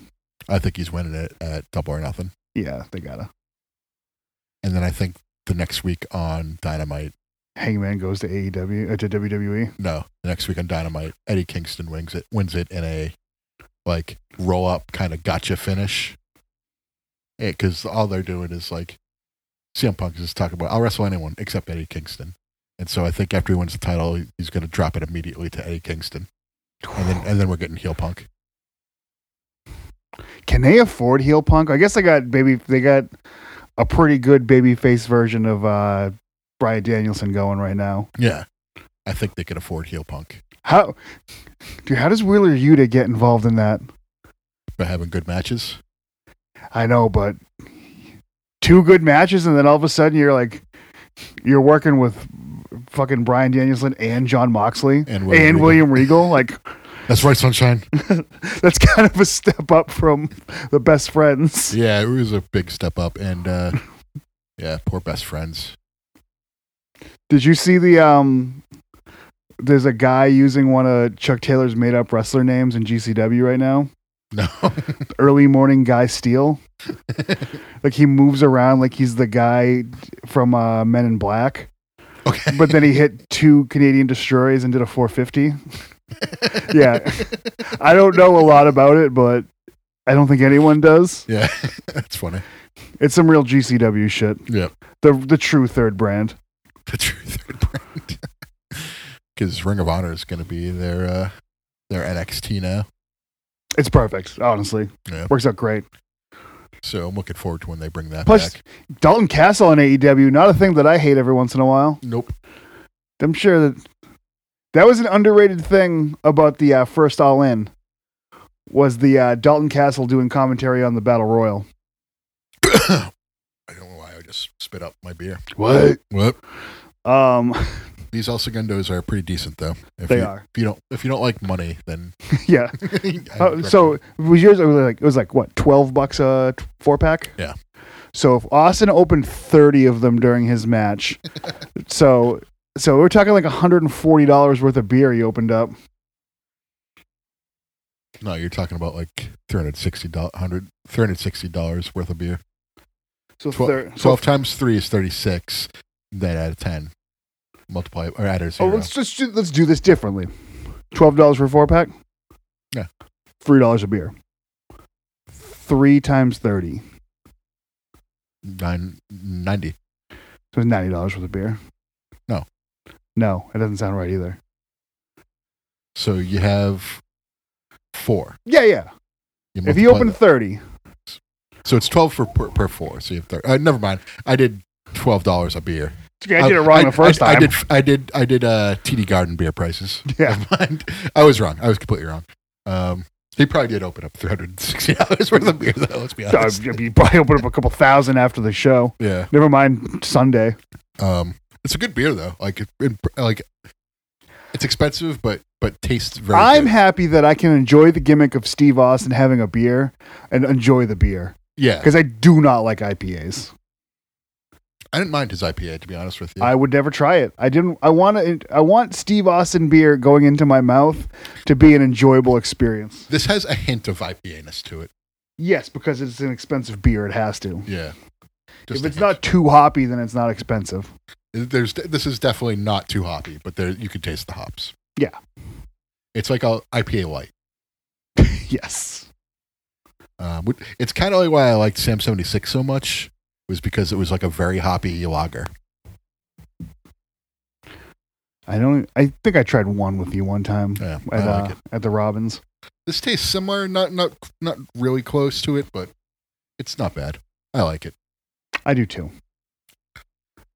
Speaker 1: I think he's winning it at Double or Nothing.
Speaker 2: Yeah, they gotta.
Speaker 1: And then I think the next week on Dynamite,
Speaker 2: Hangman goes to AEW or uh, to E. WWE.
Speaker 1: no, the next week on Dynamite, Eddie Kingston wins it, wins it in a like roll up kind of gotcha finish. Because all they're doing is like CM Punk is talking about I'll wrestle anyone except Eddie Kingston. And so I think after he wins the title, he's going to drop it immediately to Eddie Kingston, and then and then we're getting heel Punk.
Speaker 2: Can they afford heel Punk? I guess they got baby. They got a pretty good baby face version of uh, Brian Danielson going right now.
Speaker 1: Yeah, I think they can afford heel Punk
Speaker 2: How, dude? How does Wheeler Yuta get involved in that?
Speaker 1: by having good matches.
Speaker 2: I know, but two good matches, and then all of a sudden you're like, you're working with fucking Brian Danielson and John Moxley
Speaker 1: And William
Speaker 2: and
Speaker 1: Regal.
Speaker 2: William Regal. Like,
Speaker 1: That's right, Sunshine.
Speaker 2: that's kind of a step up from the best friends.
Speaker 1: Yeah, it was a big step up, and uh, yeah, poor best friends.
Speaker 2: Did you see the um? There's a guy using one of Chuck Taylor's made up wrestler names in GCW right now.
Speaker 1: No,
Speaker 2: Early morning guy Steele. like he moves around like he's the guy from uh, Men in Black.
Speaker 1: okay,
Speaker 2: but then he hit two Canadian destroyers and did a 450. yeah, I don't know a lot about it, but I don't think anyone does.
Speaker 1: yeah, that's funny.
Speaker 2: It's some real GCW shit.
Speaker 1: Yeah,
Speaker 2: The the true third brand.
Speaker 1: the true third brand. Because Ring of Honor is going to be their uh, their NXT now,
Speaker 2: It's perfect, honestly.
Speaker 1: Yeah.
Speaker 2: Works out great.
Speaker 1: so I'm looking forward to when they bring that
Speaker 2: Plus-
Speaker 1: back.
Speaker 2: Dalton Castle on AEW, not a thing that I hate every once in a while.
Speaker 1: Nope.
Speaker 2: I'm sure that that was an underrated thing about the uh, first All In was the uh, Dalton Castle doing commentary on the Battle Royal.
Speaker 1: I don't know why I just spit up my beer.
Speaker 2: What?
Speaker 1: What?
Speaker 2: Um,
Speaker 1: These El Segundos are pretty decent though. If
Speaker 2: they
Speaker 1: you,
Speaker 2: are.
Speaker 1: If you don't if you don't like money, then
Speaker 2: Yeah. Oh, so it was yours? It was like it was like what twelve bucks a t- four pack.
Speaker 1: Yeah.
Speaker 2: So if Austin opened thirty of them during his match, so so we're talking like hundred and forty dollars worth of beer he opened up.
Speaker 1: no, you're talking about like 360 dollars $360 worth of beer.
Speaker 2: So
Speaker 1: Twelve,
Speaker 2: thir- so-
Speaker 1: 12 times 3 is 36. Then add a 10. Multiply or add a
Speaker 2: oh,
Speaker 1: 0.
Speaker 2: let's just do, let's do this differently. Twelve dollars for a four pack.
Speaker 1: Yeah.
Speaker 2: Three dollars a beer. Three times thirty,
Speaker 1: Nine, 90.
Speaker 2: so it's ninety dollars worth of beer.
Speaker 1: No.
Speaker 2: No, it doesn't sound right either.
Speaker 1: So you have 4.
Speaker 2: Yeah, yeah.
Speaker 1: You
Speaker 2: If he
Speaker 1: multiply
Speaker 2: opened
Speaker 1: that.
Speaker 2: thirty,
Speaker 1: So it's 12 for, per, per 4. So you have 30. Uh, never mind. I did $12 a beer.
Speaker 2: I did it wrong
Speaker 1: I-
Speaker 2: the first
Speaker 1: I,
Speaker 2: time.
Speaker 1: I did I did I did uh TD Garden beer prices.
Speaker 2: Yeah.
Speaker 1: Never mind. I was wrong. I was completely wrong. Um he probably did open up $360 worth of beer though, let's be
Speaker 2: Uh,
Speaker 1: honest.
Speaker 2: you probably open up a couple thousand after the show.
Speaker 1: Yeah.
Speaker 2: Never mind Sunday.
Speaker 1: Um, it's a good beer though. Like it, it- like it's expensive, but but tastes very.
Speaker 2: I'm
Speaker 1: good.
Speaker 2: happy that I can enjoy the gimmick of Steve Austin having a beer and enjoy the beer
Speaker 1: yeah.
Speaker 2: because I do not like IPAs.
Speaker 1: I didn't mind his IPA to be honest with you.
Speaker 2: I would never try it. I didn't. I want to. I want Steve Austin beer going into my mouth to be an enjoyable experience.
Speaker 1: this has a hint of IPA ness to it.
Speaker 2: Yes, because it's an expensive beer. It has to.
Speaker 1: Yeah.
Speaker 2: if
Speaker 1: a
Speaker 2: it's
Speaker 1: hint.
Speaker 2: not too hoppy, then it's not expensive.
Speaker 1: there's this is definitely not too hoppy, but there you can taste the hops.
Speaker 2: Yeah.
Speaker 1: It's like a IPA light.
Speaker 2: yes.
Speaker 1: Um, which- it's kind of like why I liked Sam 76 so much was because it was like a very hoppy lager.
Speaker 2: I don't. I think I tried one with you one time
Speaker 1: Yeah, I
Speaker 2: at
Speaker 1: like
Speaker 2: uh,
Speaker 1: it.
Speaker 2: at the Robins.
Speaker 1: This tastes similar, not not not really close to it, but it's not bad. I like it.
Speaker 2: I do too.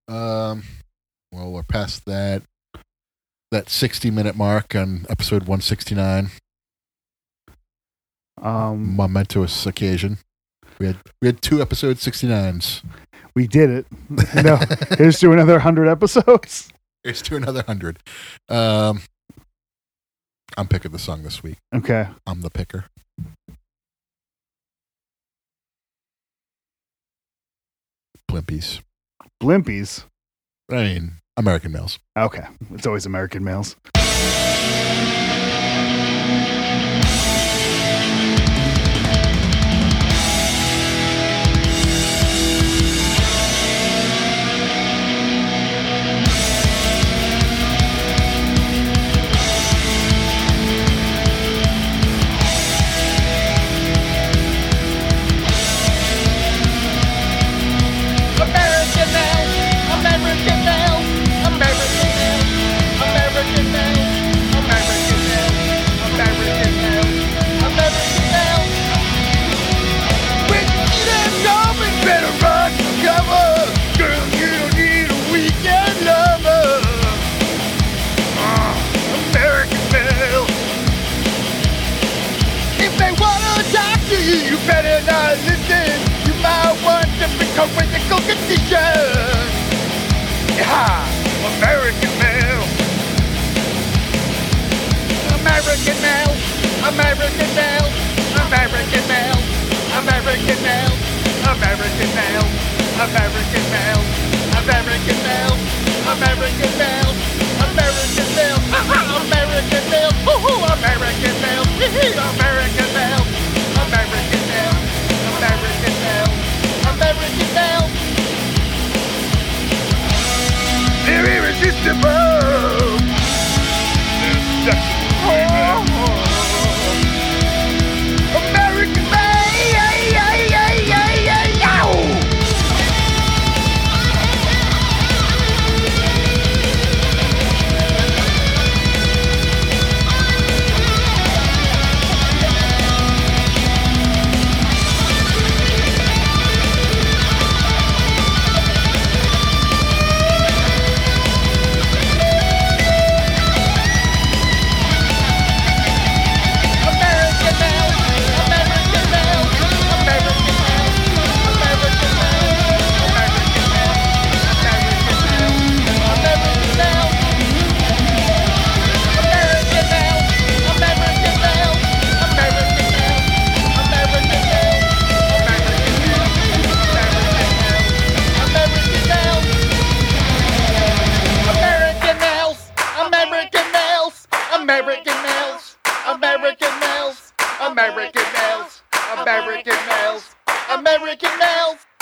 Speaker 1: Um, well, we're past that that 60 minute mark on episode 169. Mm.
Speaker 2: Um,
Speaker 1: Momentous occasion. We had we had two episode 69s.
Speaker 2: we did it. no, here's to another hundred episodes.
Speaker 1: Here's to another hundred. Um, I'm picking the song this week.
Speaker 2: Okay.
Speaker 1: I'm the picker. Blimpies.
Speaker 2: Blimpies.
Speaker 1: I mean, American males.
Speaker 2: Okay. It's always American males.
Speaker 3: American males, American males, American males, American males, American males, American males, American males. When you see that dog, you better run for cover. Girl, you don't need a weekend lover. Ah, American males. If they wanna talk to you, you better not listen. You might want to become critical condition. Yeah, American male. American male. American male. American male. American male. American male. American male. American male. American male. American male. American male. Woohoo! American male. Hee-hee. American male. American male. American male. American male. They're irresistible. American male. American male, American male, American male, American male, American male, American male, American male, American male, American male, American male, American male, American male, American male, American male. American males, American males, American males, American males, American males, American males, American males.